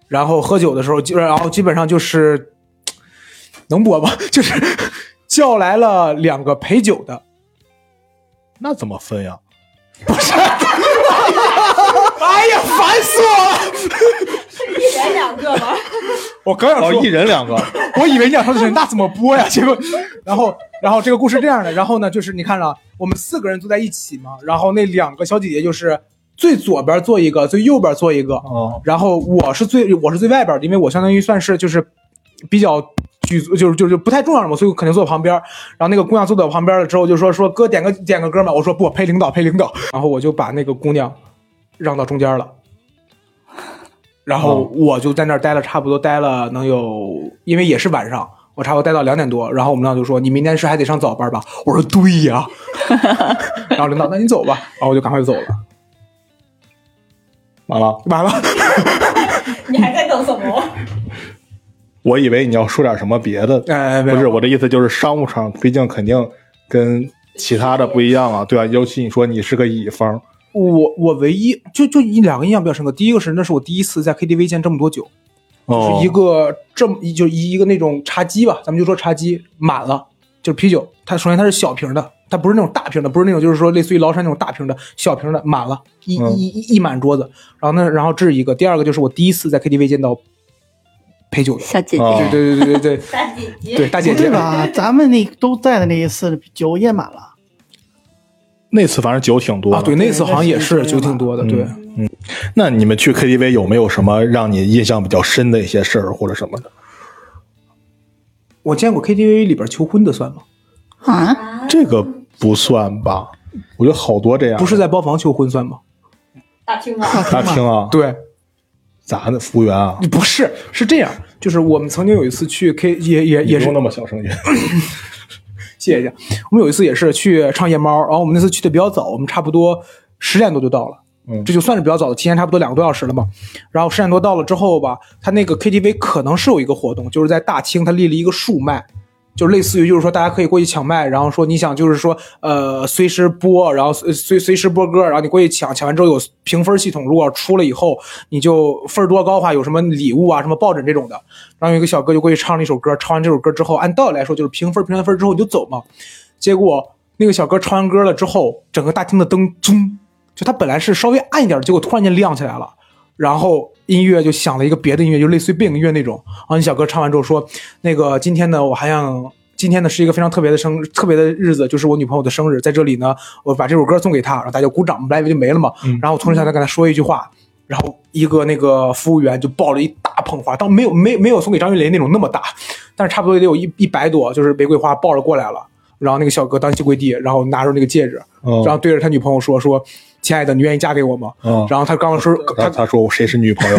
C: 然后喝酒的时候，基本然后基本上就是能播吗？ 就是叫来了两个陪酒的，
A: 那怎么分呀？
C: 哎呀，烦死我了！
E: 一人两个吧。
C: 我刚想
A: 哦，
C: 说，
A: 一人 两个。
C: 我以为你想说的是那怎么播呀？结果，然后，然后这个故事这样的，然后呢，就是你看啊，我们四个人坐在一起嘛，然后那两个小姐姐就是最左边坐一个，最右边坐一个，
A: 哦，
C: 然后我是最我是最外边的，因为我相当于算是就是比较举足就是就是不太重要什么，所以我肯定坐旁边儿。然后那个姑娘坐在我旁边了之后，就说说哥点个点个歌嘛，我说不陪领导陪领导， 然后我就把那个姑娘让到中间了。然后我就在那儿待了差不多待了能有，因为也是晚上，我差不多待到两点多。然后我们领导就说：“你明天是还得上早班吧？”我说：“对呀。” 然后领导：“那你走吧。”然后我就赶快走了。
A: 完了，
C: 完了，
E: 你还在等什么？
A: 我以为你要说点什么别的。
C: 哎，没有
A: 不是我的意思，就是商务场，毕竟肯定跟其他的不一样啊，对吧、尤其你说你是个乙方，
C: 我我唯一就就一两个印象比较深刻，第一个是那是我第一次在 KTV 见这么多酒，
A: 哦
C: 是一，个这么一就一一个那种茶几吧，咱们就说茶几满了，就是啤酒。它首先它是小瓶的，它不是那种大瓶的，不是那种就是说类似于崂山那种大瓶的小瓶的满了，一、
A: 嗯
C: 一一一满桌子。然后呢，然后这是一个，第二个就是我第一次在 KTV 见到陪酒的，
B: 小姐姐，
A: 哦
C: 对对对对对
E: 大姐姐
C: 对，对大姐姐
D: 对。吧？咱们那都在的那一次酒也满了，
A: 那次反正酒挺多的。
C: 啊，对，那次好像也是酒挺多的，对。
A: 那你们去 KTV 有没有什么让你印象比较深的一些事儿或者什么的？
C: 我见过 KTV 里边求婚的算吗？
B: 啊，
A: 这个不算吧？我觉得好多这样的，
C: 不是在包房求婚算吗？
E: 大厅吗？
A: 大厅啊，
C: 对，
A: 咋的？服务员啊，
C: 不是，是这样，就是我们曾经有一次去 K，也也也
A: 你
C: 是
A: 不用那么小声音。
C: 谢谢。我们有一次也是去唱夜猫，然后我们那次去的比较早，我们差不多十点多就到了。
A: 嗯
C: 这就算是比较早的，提前差不多两个多小时了嘛。然后十点多到了之后吧，他那个 KTV 可能是有一个活动，就是在大厅他立了一个竖麦，就是类似于就是说大家可以过去抢麦，然后说你想就是说呃随时播，然后随随随时播歌，然后你过去抢，抢完之后有评分系统，如果出了以后你就分儿多高的话有什么礼物啊，什么抱枕这种的。然后有一个小哥就过去唱了一首歌，唱完这首歌之后，按道理来说就是评分，评完分之后你就走嘛。结果那个小哥唱完歌了之后，整个大厅的灯噌，就它本来是稍微暗一点，结果突然间亮起来了，然后音乐就响了一个别的音乐，就类似于背景音乐那种。然后那小哥唱完之后说：“那个今天呢，我还想。”今天呢是一个非常特别的生特别的日子，就是我女朋友的生日，在这里呢，我把这首歌送给她，然后大家鼓掌，来就没了嘛。然后我同时想再跟她说一句话，然后一个那个服务员就抱了一大捧花，当没有没没有送给张云雷那种那么大，但是差不多也得有一一百朵，就是玫瑰花抱着过来了。然后那个小哥单膝跪地，然后拿着那个戒指，
A: 嗯
C: 然后对着他女朋友说说：“亲爱的，你愿意嫁给我吗？”
A: 嗯
C: 然后他刚刚说
A: 他
C: 他，
A: 他说我谁是女朋友？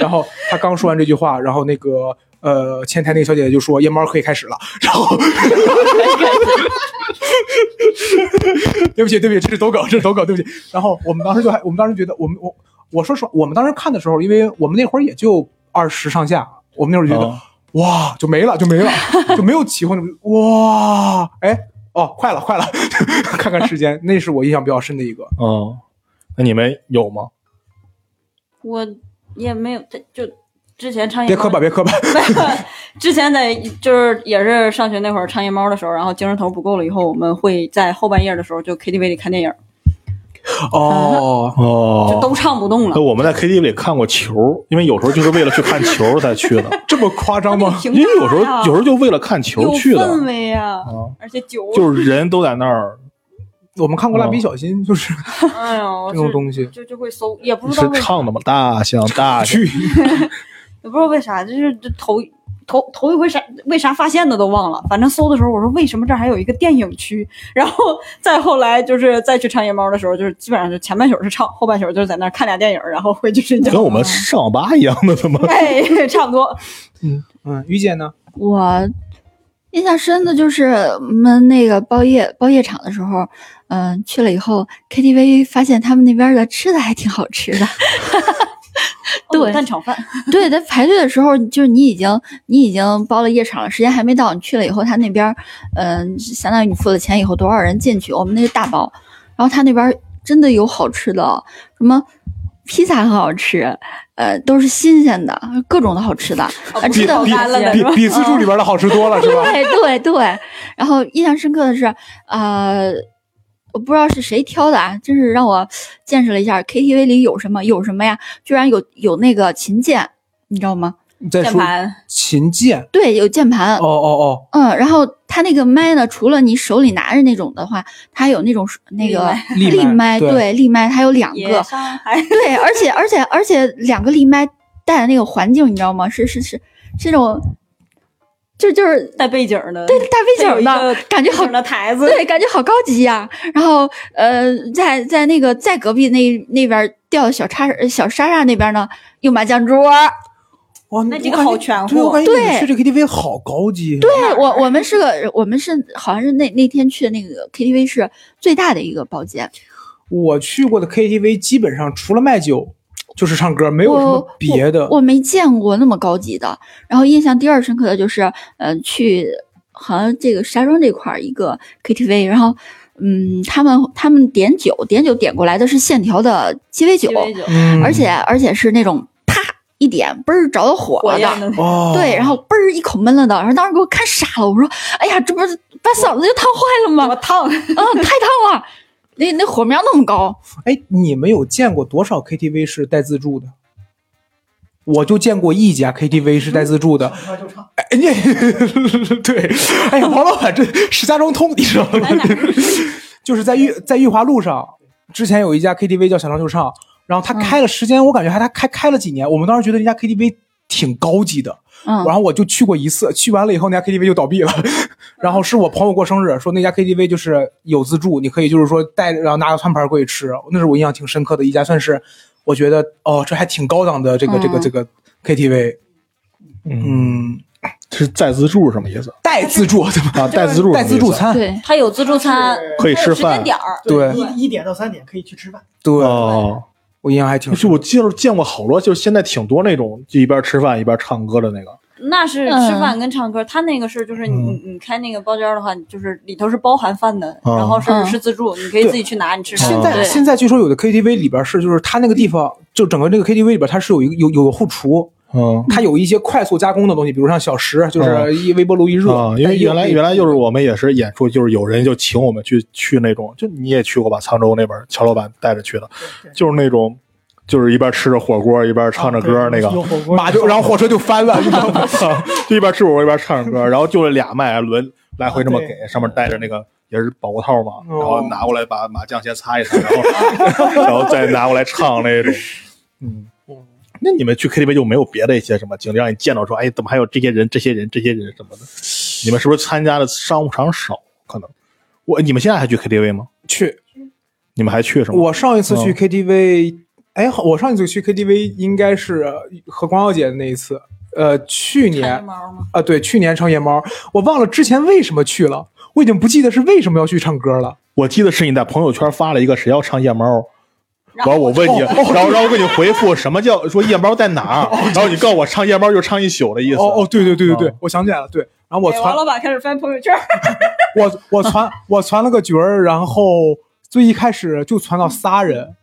C: 然后他刚说完这句话，然后那个呃前台那个小姐姐就说：“夜猫可以开始了。”然后， 对不起对不起，这是投稿，这是投稿，对不起。然后我们当时就还，我们当时觉得，我们我我说实话，我们当时看的时候，因为我们那会儿也就二十上下，我们那会儿觉得。
A: 嗯
C: 哇，就没了，就没了，就没有起哄。哇，哎，哦，快了，快了， 看看时间，那是我印象比较深的一个。
A: 嗯，那你们有吗？
E: 我也没有，这就之前唱
C: 别磕巴，别磕巴。
E: 之前在就是也是上学那会儿唱夜猫的时候，然后精神头不够了以后，我们会在后半夜的时候就 KTV 里看电影，
C: 哦，
E: 就
A: 哦，
E: 都唱不动了
A: 那。我们在 KTV 里看过球，因为有时候就是为了去看球才去 的，
C: 这么夸张吗？
E: 因
A: 因为有时候有时候就为了看球去
E: 啊有
A: 的，
E: 氛围啊，
A: 啊
E: 而且酒，
A: 就是人都在那儿，
C: 我们看过《蜡笔小新》，就是
E: 哎呦，
C: 这种东西。
E: 就就会搜，也不
A: 你
E: 知道
A: 是
E: 为啥，
A: 唱的吗？大象大象，
C: 去，
E: 也不知道为啥，就是这头头头一回啥为啥发现的都忘了，反正搜的时候我说为什么这儿还有一个电影区，然后 再后来就是再去唱夜猫的时候，就是基本上就前半宿是唱，后半宿就是在那儿看俩电影，然后 回去睡觉
A: 跟。我们上网吧一样的，怎么？
E: 哎，差不多。
C: 嗯，于姐呢？
B: 我印象深的就是我们那个包夜包夜场的时候，嗯、去了以后 KTV 发现他们那边的吃的还挺好吃的。对
E: 蛋哦炒饭。
B: 对，在排队的时候，就是你已经你已经包了夜场了，时间还没到，你去了以后，他那边儿，嗯、相当于你付了钱以后，多少人进去，我们那是大包，然后他那边儿真的有好吃的，什么披萨很好吃，呃，都是新鲜的，各种的好吃的，啊，
E: 不
B: 吃
E: 是
B: 的
E: 我干了的
C: 比
E: 是吧
C: 比自助里边的好吃多 了，是吧？
B: 对对对，然后印象深刻的是，呃，我不知道是谁挑的啊，真是让我见识了一下 KTV 里有什么有什么呀，居然有有那个琴键，你知道吗？
C: 再
E: 键
C: 说
E: 盘
C: 琴键，
B: 对，有键盘。
C: 哦哦
B: 嗯，然后它那个麦呢，除了你手里拿着那种的话，它还有那种是那
E: 立
B: 个
E: 麦
C: 立麦
B: 麦，
C: 对
B: 对，立麦它有两
E: 也
B: 个，
E: 上海
B: 对，而且而且而且两个立麦带的那个环境，你知道吗？是是是，是那种，就就是
E: 带背景的，
B: 对带背景
E: 它有一
B: 的
E: 个
B: 感觉好
E: 背景的台子，
B: 对，感觉好高级呀、然后，呃，在在那个在隔壁那那边掉的小叉呃小沙沙那边呢，有麻将桌。
C: 哦，哇，
E: 那这
C: 我
E: 个
C: 感觉
E: 好全乎
C: 对，我感觉你们
B: 对
C: 去这 KTV 好高级。啊对，
B: 对我我们是个我们是好像是那那天去的那个 KTV 是最大的一个包间。
C: 我去过的 KTV 基本上除了卖酒就是唱歌，没有什么别的
B: 我。我没见过那么高级的。然后印象第二深刻的就是，嗯、去好像这个石家庄这块儿一个 KTV，然后嗯，他们他们点酒，点酒点过来的是现调的鸡尾酒，
E: 鸡尾酒，
C: 嗯
B: 而且而且是那种啪一点嘣儿着火
E: 火
B: 了的
E: 焰。的
C: 哦，
B: 对，然后嘣儿一口闷了的，然后当时给我看傻了，我说：“哎呀，这不是把嗓子就烫坏了吗？
E: 我烫，
B: 啊，太烫了，那那火苗那么高，
C: 哎，你们有见过多少 KTV 是带自助的？我就见过一家 KTV 是带自助的。
D: 唱歌就唱，
C: 哎，你 对，哎呀，王老板这石家庄通，你知道
E: 哎
C: 吗？
E: 啊
C: 就是在玉在玉华路上，之前有一家 KTV 叫小张就唱，然
B: 嗯
C: 后他开了时间，我感觉还他开开了几年，我们当时觉得那家 KTV 挺高级的，
B: 嗯
C: 然后我就去过一次，去完了以后那家 KTV 就倒 闭了。然后是我朋友过生日，说那家 KTV 就是有自助，你可以就是说带着，然后拿个餐盘过去吃，那是我印象挺深刻的一家，算是我觉得哦，这还挺高档的这个这个
B: 嗯
C: 这个 KTV，
A: 嗯，
C: 嗯，
A: 是带自助是什么意思
C: 带自助对吧？
A: 啊？带自助
C: 带
A: 是什
C: 自
A: 么意思
C: 助餐，
B: 对，
E: 它有自助餐，
A: 可以
E: 它有
A: 吃
E: 时间
A: 饭
E: 点儿，
C: 对
D: 一一点到三点可以去吃饭。
C: 对，
A: 哦。
C: 我印象还挺
A: 就是
C: 深。
A: 我记得见过好多，就是现在挺多那种就一边吃饭一边唱歌的那个。
E: 那是
C: 嗯
E: 吃饭跟唱歌，他那个是就是你
A: 嗯
E: 你你开那个包间儿的话，就是里头是包含饭的，
A: 嗯
E: 然后甚
B: 嗯
E: 至是自助，你可以自己去拿，你吃
C: 现在
E: 哦对
C: 现在据说有的 KTV 里边是，就是它那个地方，就整个那个 KTV 里边，它是有一个有有后厨，
A: 嗯
C: 它有一些快速加工的东西，比如像小食，就是一微波炉一热，
A: 啊，哦因为原来原来就是是我们也是演出，就是有人就请我们去去那种，就你也去过吧，沧州那边乔老板带着去的，就是那种就是一边吃着火锅一边唱着歌那个，
D: 啊有火锅，
C: 马就然后火车就翻 了，你知道吗？
A: 就一边吃火锅一边唱着歌，然后就是俩麦轮来回这么给，上面带着那个也是保护套嘛，
C: 啊哦
A: 然后拿过来把麻将先擦一擦，然后 然后再拿过来唱那 种，嗯。那你们去 KTV 就没有别的一些什么经历，让你见到说，哎，怎么还有这些人、这些人、这些人什么的？你们是不是参加的商务场少？可能我你们现在还去 KTV 吗？
C: 去，
A: 你们还去什么？
C: 我上一次去
A: 嗯
C: KTV，哎，我上一次去 KTV 应该是和光耀姐那一次，呃，去
E: 看
C: 年
E: 着猫吗？
C: 啊，对，去年唱夜猫，我忘了之前为什么去了，我已经不记得是为什么要去唱歌了。
A: 我记得是你在朋友圈发了一个谁要唱夜猫，然
E: 然
A: 后我问
B: 哦
A: 你，然后然后给你回复什么叫说夜猫在哪儿，然后你告诉我唱夜猫就是唱一宿的意思。
C: 哦哦，，对对对对对
A: 嗯，
C: 我想起来了，对。然后我
E: 哎
C: 传
E: 王老板开始翻朋友圈儿，
C: 我我传我传了个角儿，然后最一开始就传到仨人，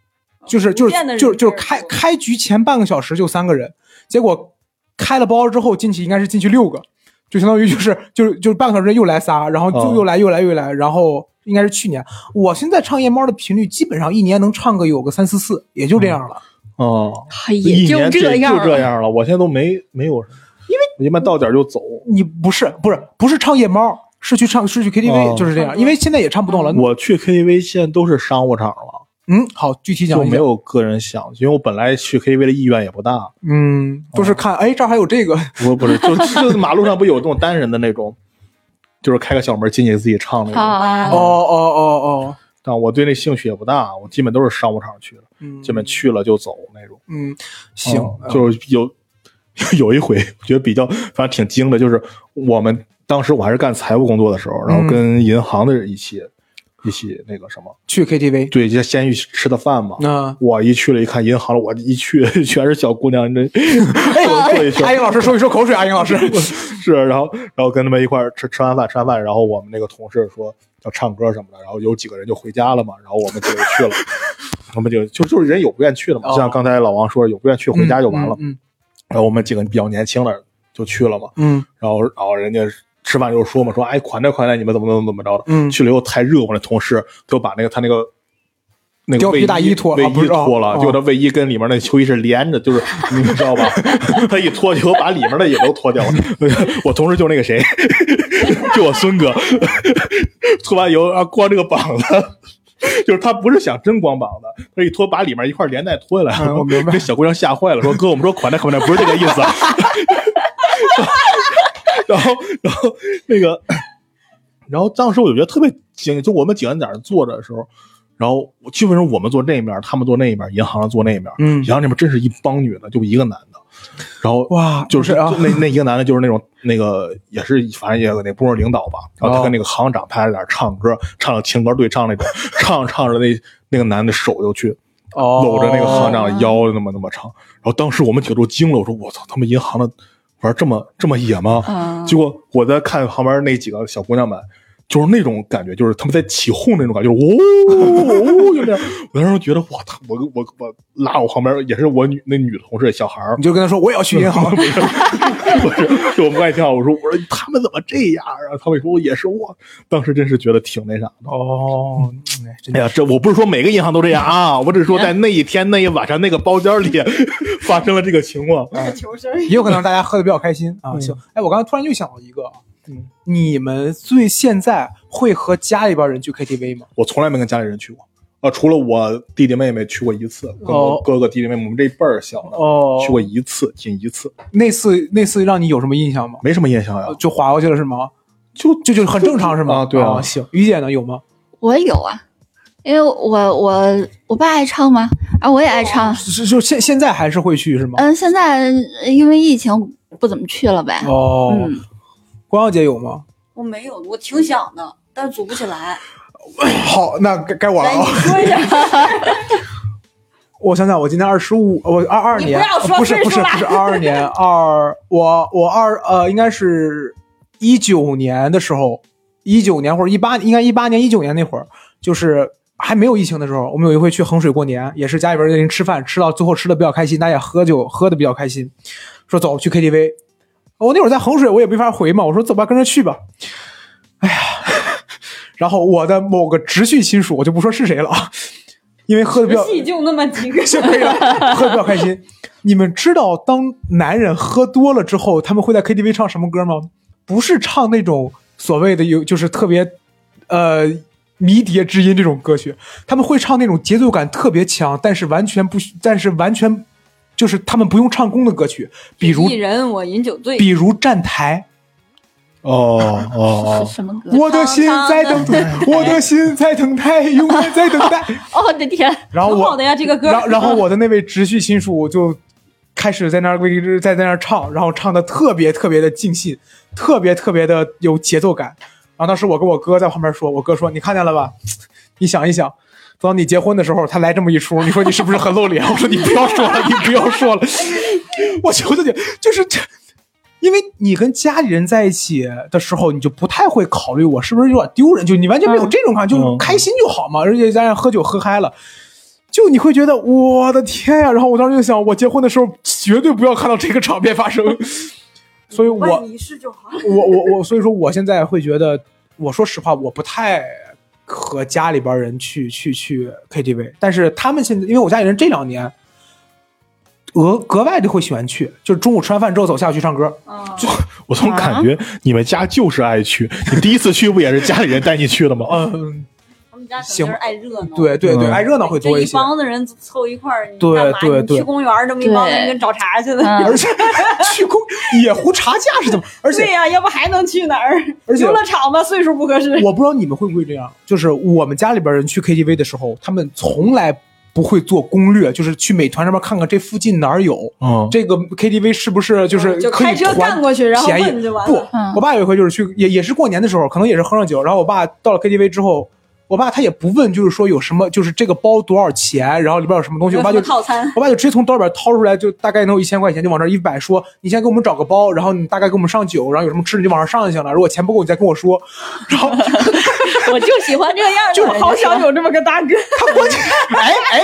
C: 就是就
E: 不见
C: 是
E: 的人
C: 就是就是
E: 是
C: 开开局前半个小时就三个人，结果开了包之后进去应该是进去六个，就相当于就是就是就是半个小时又来仨，然后
A: 哦
C: 就又来又来又来，然后应该是去年，我现在唱夜猫的频率基本上一年能唱个有个三四次，也就这样了。
A: 哦，
B: 哎
A: 一
B: 也就
A: 年
B: 这样
A: 就这
B: 了。
A: 样了。我现在都没没有什么，因为一般到点就走。
C: 你不是不是不是唱夜猫，是去唱是去 KTV、
A: 哦
C: 就是这
E: 差不
C: 样，
E: 多
C: 因为现在也唱不动了。
A: 我去 KTV 现在都是商务场了，
C: 嗯，好，具体讲
A: 就
C: 一下
A: 没有个人想去，因为我本来去 KTV 的意愿也不 大。
C: 嗯，都是看哎这儿还有这个。
A: 不不是，就就马路上不有这种单人的那种，就是开个小门进去自己唱那种。
B: 啊
C: 哦，哦哦哦，
A: 但我对那兴趣也不大，我基本都是商务场去的，
C: 嗯，
A: 基本去了就哦走那种。
C: 嗯，行，
A: 嗯就是有 有一回，我觉得比较反正挺惊的，就是我们当时我还是干财务工作的时候，然后跟银行的人一起、一起那个什么，
C: 去 KTV，
A: 对，就先去吃的饭嘛。
C: 那
A: 我一去了，一看银行了，我一去 全是小姑娘，这 哎坐坐一圈
C: 哎阿英老师说一说口水，阿英老师，
A: 是， 然后然后跟他们一块儿吃吃完饭，吃完饭，然后我们那个同事说要唱歌什么的，然后有几个人就回家了嘛，然后我们就去了， 我们就就就是人有不愿去的嘛，
C: 哦
A: 就像刚才老王说的，有不愿去回家就完了。
C: 嗯
A: 然后我们几个比较年轻的就去了嘛，
C: 嗯
A: 然后然后人家吃饭就说嘛，说哎款待款待你们怎么怎么怎么着的，
C: 嗯
A: 去了以后太热乎了，同事就把那个他那个。那个
C: 貂皮
A: 卫衣
C: 大衣脱
A: 卫
C: 啊不
A: 衣
C: 是哦
A: 脱了，
C: 哦
A: 结果他卫衣跟里面那秋衣是连着，就是 你知道吧？他一脱就把里面的也都脱掉了。 我同事就是那个谁， 就我孙哥， 脱完以后啊，光这个膀子，就是他不是想真光膀子，他一脱把里面一块连带脱下来了。
C: 嗯我明白
A: 这小姑娘吓坏了，说：“哥，我们说款待款待，不是这个意思。” 然后，然后那个，然后当时我就觉得特别惊，就我们几个人在那儿坐着的时候，然后我基本上我们坐那面，他们坐那面，银行的坐那面，
C: 嗯
A: 银行那边真是一帮女的，就一个男的，然后
C: 哇
A: 就是
C: 不是啊
A: 就那那一个男的，就是那种那个也是反正也有那部门领导吧，然后他
C: 哦
A: 跟那个行长他俩在那儿唱歌，唱着情歌对唱那种， 唱着唱着那那个男的手就去
C: 哦
A: 搂着那个行长的腰那么那么唱，然后当时我们几个都惊了，我说我操，他们银行的玩这么这么野吗？
B: 嗯
A: 结果我在看旁边那几个小姑娘们，就是那种感觉，就是他们在起哄那种感觉，就是哦，哦就那样。我当时觉得，哇，他我我我拉我旁边也是我女那女同事小孩儿
C: 你，就跟他说我也要去银 行，
A: 不是， 就我们爱听好，我说我说他们怎么这样啊？他们说也是我，当时真是觉得挺那啥的。
C: 哦，哎真
A: 哎
C: 的
A: 呀，这我不是说每个银行都这样啊，我只是说在那一天、那一晚上、那个包间里发生了这个情况。
C: 也有可能大家喝的比较开心啊。
D: 嗯
C: 行，哎，我刚才突然又想到一个啊
D: 嗯，
C: 你们最现在会和家里边人去 KTV 吗？
A: 我从来没跟家里人去过，啊，除了我弟弟妹妹去过一次，跟我
C: 哦
A: 哥哥弟弟妹妹我们这一辈儿小的、
C: 哦
A: 去过一次，仅一次，
C: 那次那次让你有什么印象吗？
A: 没什么印象呀。
C: 就划过去了是吗？
A: 就
C: 就就很正常是吗？哦
A: 啊对啊
C: 行，于姐呢有吗？
B: 我有啊，因为我我我爸爱唱嘛，啊，我也爱唱。
C: 是就现现在还是会去是吗？
B: 嗯，现在因为疫情不怎么去了呗。
C: 哦，
B: 嗯，
C: 光耀姐有吗？
E: 我没有，我挺想的，但组不起来。
C: 好，那该该我了
E: 来，你
C: 啊。
E: 说 一下，
C: 我想想，我今年二十五，呃我二二
E: 你
C: 年，
E: 不要说
C: 呃不是
E: 岁
C: 不
E: 数
C: 是
E: 了
C: 不是二二 年，二我我二呃，应该是一九年的时候，一九年或者一八，应该一八年一九年那会儿，就是还没有疫情的时候，我们有一回去衡水过年，也是家里边人吃饭，吃到最后吃的比较开心，大家也喝酒喝的比较开心，说走去 KTV，我那会儿在衡水，我也没法回嘛，我说走吧，跟着去吧，哎呀， 然后我的某个直系亲属，我就不说是谁了啊。因为喝的比较
E: 戏就那么几 个。
C: 就可以了，喝的比较开心。你们知道，当男人喝多了之后，他们会在 KTV 唱什么歌吗？不是唱那种所谓的有，就是特别，呃，迷迭之音这种歌曲，他们会唱那种节奏感特别强，但是完全不需，但是完全就是他们不用唱功的歌曲，比如
E: 一人我饮酒醉，
C: 比如站台，
A: 哦哦哦，
B: 什么歌？
C: 我的心在等待，我的心在等待，永远在等待。
B: 哦，我的天！
C: 然后
E: 挺好
C: 我
E: 的呀，这个歌。
C: 然后然后我的那位直系亲属就开始在那儿一直在在那儿唱，然后唱的特别特别的尽兴，特别特别的有节奏感。然后当时我跟我哥在旁边说，我哥说你看见了吧？你想一想，等到你结婚的时候，他来这么一出，你说你是不是很露脸？我说你不要说了，你不要说了， 我求求你，就是这。因为你跟家里人在一起的时候，你就不太会考虑我是不是有点丢人，就你完全没有这种感觉，就是
A: 嗯
C: 开心就好嘛。而且咱俩喝酒喝嗨了，就你会觉得我的天呀、然后我当时就想，我结婚的时候绝对不要看到这个场面 发生。所以我
E: 万一是就好。
C: 我我我，所以说我现在会觉得，我说实话，我不太和家里边人去去去 KTV，但是他们现在，因为我家里人这两年。额格外的会喜欢去，就是中午吃完饭之后走下去唱歌，
E: 嗯，
A: 我总感觉你们家就是爱去，你第一次去不也是家里人带你去的吗？
C: 嗯，
E: 他们家可能
C: 行
E: 就是爱热闹。
C: 对对对，
A: 嗯
C: 爱热闹会
E: 这
C: 多
E: 一
C: 些，
E: 帮子人凑一块儿，你
C: 对
E: 干嘛
C: 对
E: 你
C: 对
E: 去公园儿这么一帮人跟找茬去了。
B: 嗯
C: 而，且去公野狐查价是怎么？而且
E: 对呀、要不还能去哪儿？
C: 而且
E: 游乐场吧，岁数不合适。
C: 我不知道你们会不会这样，就是我们家里边人去 KTV 的时候，他们从来不会做攻略，就是去美团上面看看这附近哪儿有。
A: 嗯，
C: 这个 KTV 是不是就是
E: 嗯就
C: 可以
E: 开车
C: 团
E: 干过去然后
C: 便宜
E: 问就完
C: 不
E: 了
B: 嗯，
C: 我爸有一回就是去，也也是过年的时候，可能也是喝上酒，然后我爸到了 KTV 之后，我爸他也不问，就是说有什么，就是这个包多少钱，然后里边有什么东西，
E: 有
C: 我
E: 什
C: 爸就
E: 么 套餐？
C: 我爸就直接从兜里边掏出来，就大概能有一千块钱，就往这儿一摆，说：“你先给我们找个包，然后你大概给我们上酒，然后有什么吃的你就往上上就行了。如果钱不够，你再跟我说。”然后
B: 我就喜欢这样
E: 就好想有这么个大哥。
C: 他关键，哎哎，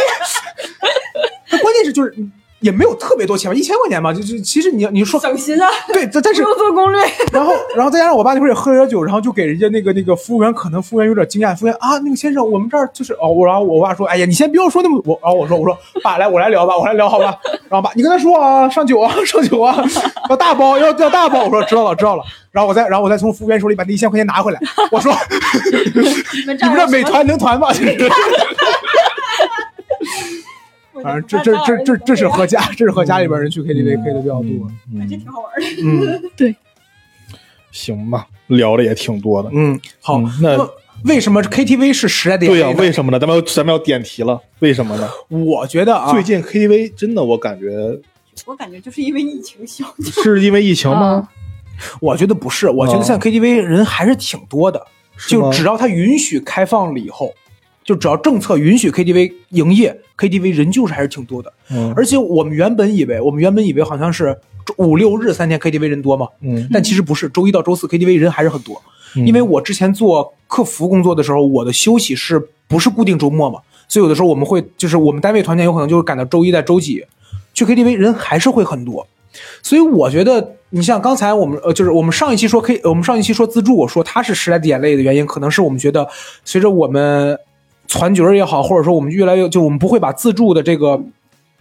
C: 他关键是就是也没有特别多钱吧，一千块钱吧，就就其实你你说
E: 省心啊，
C: 对，但但
E: 不
C: 是
E: 用做攻略。
C: 然后然后再加上我爸那会儿也喝了点酒，然后就给人家那个那个服务员，可能服务员有点惊讶，服务员啊，那个先生，我们这儿就是哦，我然后我爸说，哎呀，你先不要说那么我，然后我说我说爸，来我来聊吧，我来聊好吧，然后爸你跟他说啊，上酒啊，上酒啊，要大包，要要大包，我说知道了知道了，然后我再然后我再从服务员手里把那一千块钱拿回来，我说
E: 你们
C: 你们这美团能团吗？就是反正这这这这这是和家这是和家里边人去
A: 嗯
C: KTV K 的比较多，
E: 这挺好玩的。
C: 嗯
A: 行吧，聊的也挺多的。
C: 嗯，好
A: 嗯，那
C: 么为什么 KTV 是时代的
A: 对呀、
C: 眼泪呢
A: 为什么呢？咱们要咱们要点题了，为什么呢？
C: 我觉得啊，
A: 最近 KTV 真的，我感觉
E: 我感觉就是因为疫情消 减，
A: 是因为疫情吗？
C: 我觉得不是，我觉得现在 KTV 人还是挺多的，
A: 哦是吗
C: 就只要他允许开放了以后，就只要政策允许 KTV 营业，KTV 人就是还是挺多的。
A: 嗯
C: 而且我们原本以为，我们原本以为好像是周五六日三天 KTV 人多嘛，
A: 嗯，
C: 但其实不是，周一到周四 KTV 人还是很多。因为我之前做客服工作的时候，我的休息是不是固定周末嘛？所以有的时候我们会就是我们单位团建有可能就是赶到周一在周几，去 KTV 人还是会很多。所以我觉得，你像刚才我们呃，就是我们上一期说 K，我们呃上一期说自助，我说它是时来的眼泪的原因，可能是我们觉得随着我们攒局儿也好，或者说我们越来越就是我们不会把自助的这个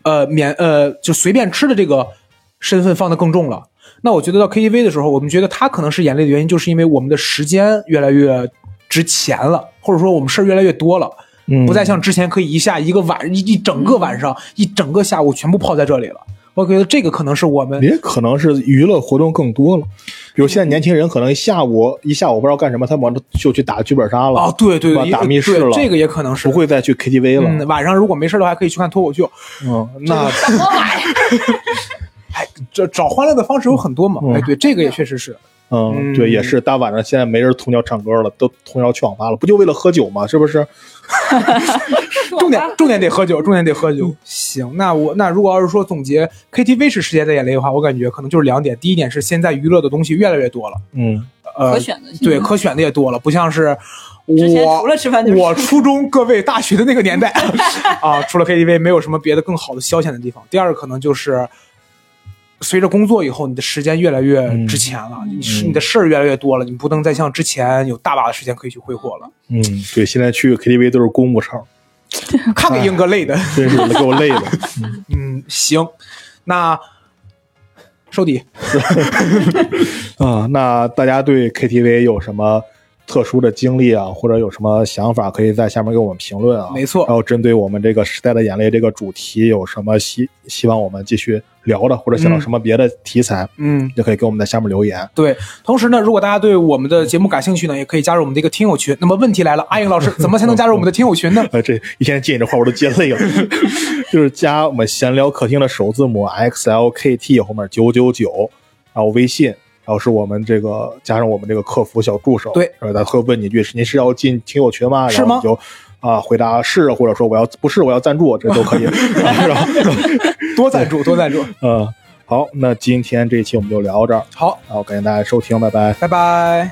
C: 呃免呃就随便吃的这个身份放得更重了。那我觉得到 KTV 的时候，我们觉得它可能是眼泪的原因，就是因为我们的时间越来越值钱了，或者说我们事儿越来越多了，
A: 嗯
C: 不再像之前可以一下一个晚一一整个晚上、一整个下午全部泡在这里了。我觉得这个可能是我们
A: 也可能是娱乐活动更多了，比如现在年轻人可能一下午一下午不知道干什么，他往这就去打剧本杀了，
C: 啊，对对
A: 吧
C: 对，
A: 打密室
C: 对
A: 了
C: 这个也可能是
A: 不。会再去 KTV
C: 嗯，
A: 了。
C: 晚上如果没事的话，还可以去看脱口秀。
A: 嗯，那
C: 这找欢乐的方式有很多嘛。
A: 嗯
C: 哎，对，这个也确实是。
A: 嗯，
C: 嗯
A: 对，也是大晚上现在没人通宵唱歌了，都通宵去网吧了，不就为了喝酒吗？是不是？
C: 重点重点得喝酒，重点得喝酒。
E: 嗯
C: 行，那我那如果要是说总结 KTV 是时间的眼泪的话，我感觉可能就是两点。第一点是现在娱乐的东西越来越多了，
A: 嗯，
C: 呃
E: 可，选择性
C: 对，可选的也多了，不像是
E: 之前
C: 我
E: 除了吃饭就是
C: 我初中各位大学的那个年代 啊，除了 KTV 没有什么别的更好的消遣的地方。第二个可能就是。随着工作以后，你的时间越来越
A: 嗯
C: 值钱了，你是你的事儿越来越多了，你不能再像之前有大把的时间可以去挥 霍了。
A: 嗯，对，现在去 KTV 都是公务场，
C: 看给英哥累的，
A: 真是给我累的。
C: 嗯，行，那收底。
A: 啊、那大家对 KTV 有什么特殊的经历啊，或者有什么想法，可以在下面给我们评论啊。
C: 没错
A: 还有针对我们这个时代的眼泪这个主题，有什么希希望我们继续聊的，或者想到
C: 嗯
A: 什么别的题材，
C: 嗯，
A: 就可以给我们在下面留言。
C: 对。同时呢，如果大家对我们的节目感兴趣呢，也可以加入我们的一个听友群。那么问题来了，阿英老师怎么才能加入我们的听友群呢？
A: 呃，这一天接你这话我都接累了， 就是加我们闲聊客厅的首字母 XLKT 后面九九九，然后微信，然后是我们这个加上我们这个客服小助手，
C: 对，
A: 然后他会问你一句是您是要进听友群吗？
C: 是吗
A: 然后你就啊回答是，或者说我要不是我要赞助，这都可以。 然后
C: 多赞助，多赞助。
A: 嗯，好，那今天这一期我们就聊到这儿，
C: 好，
A: 然后感谢大家收听，拜拜。
C: 拜拜。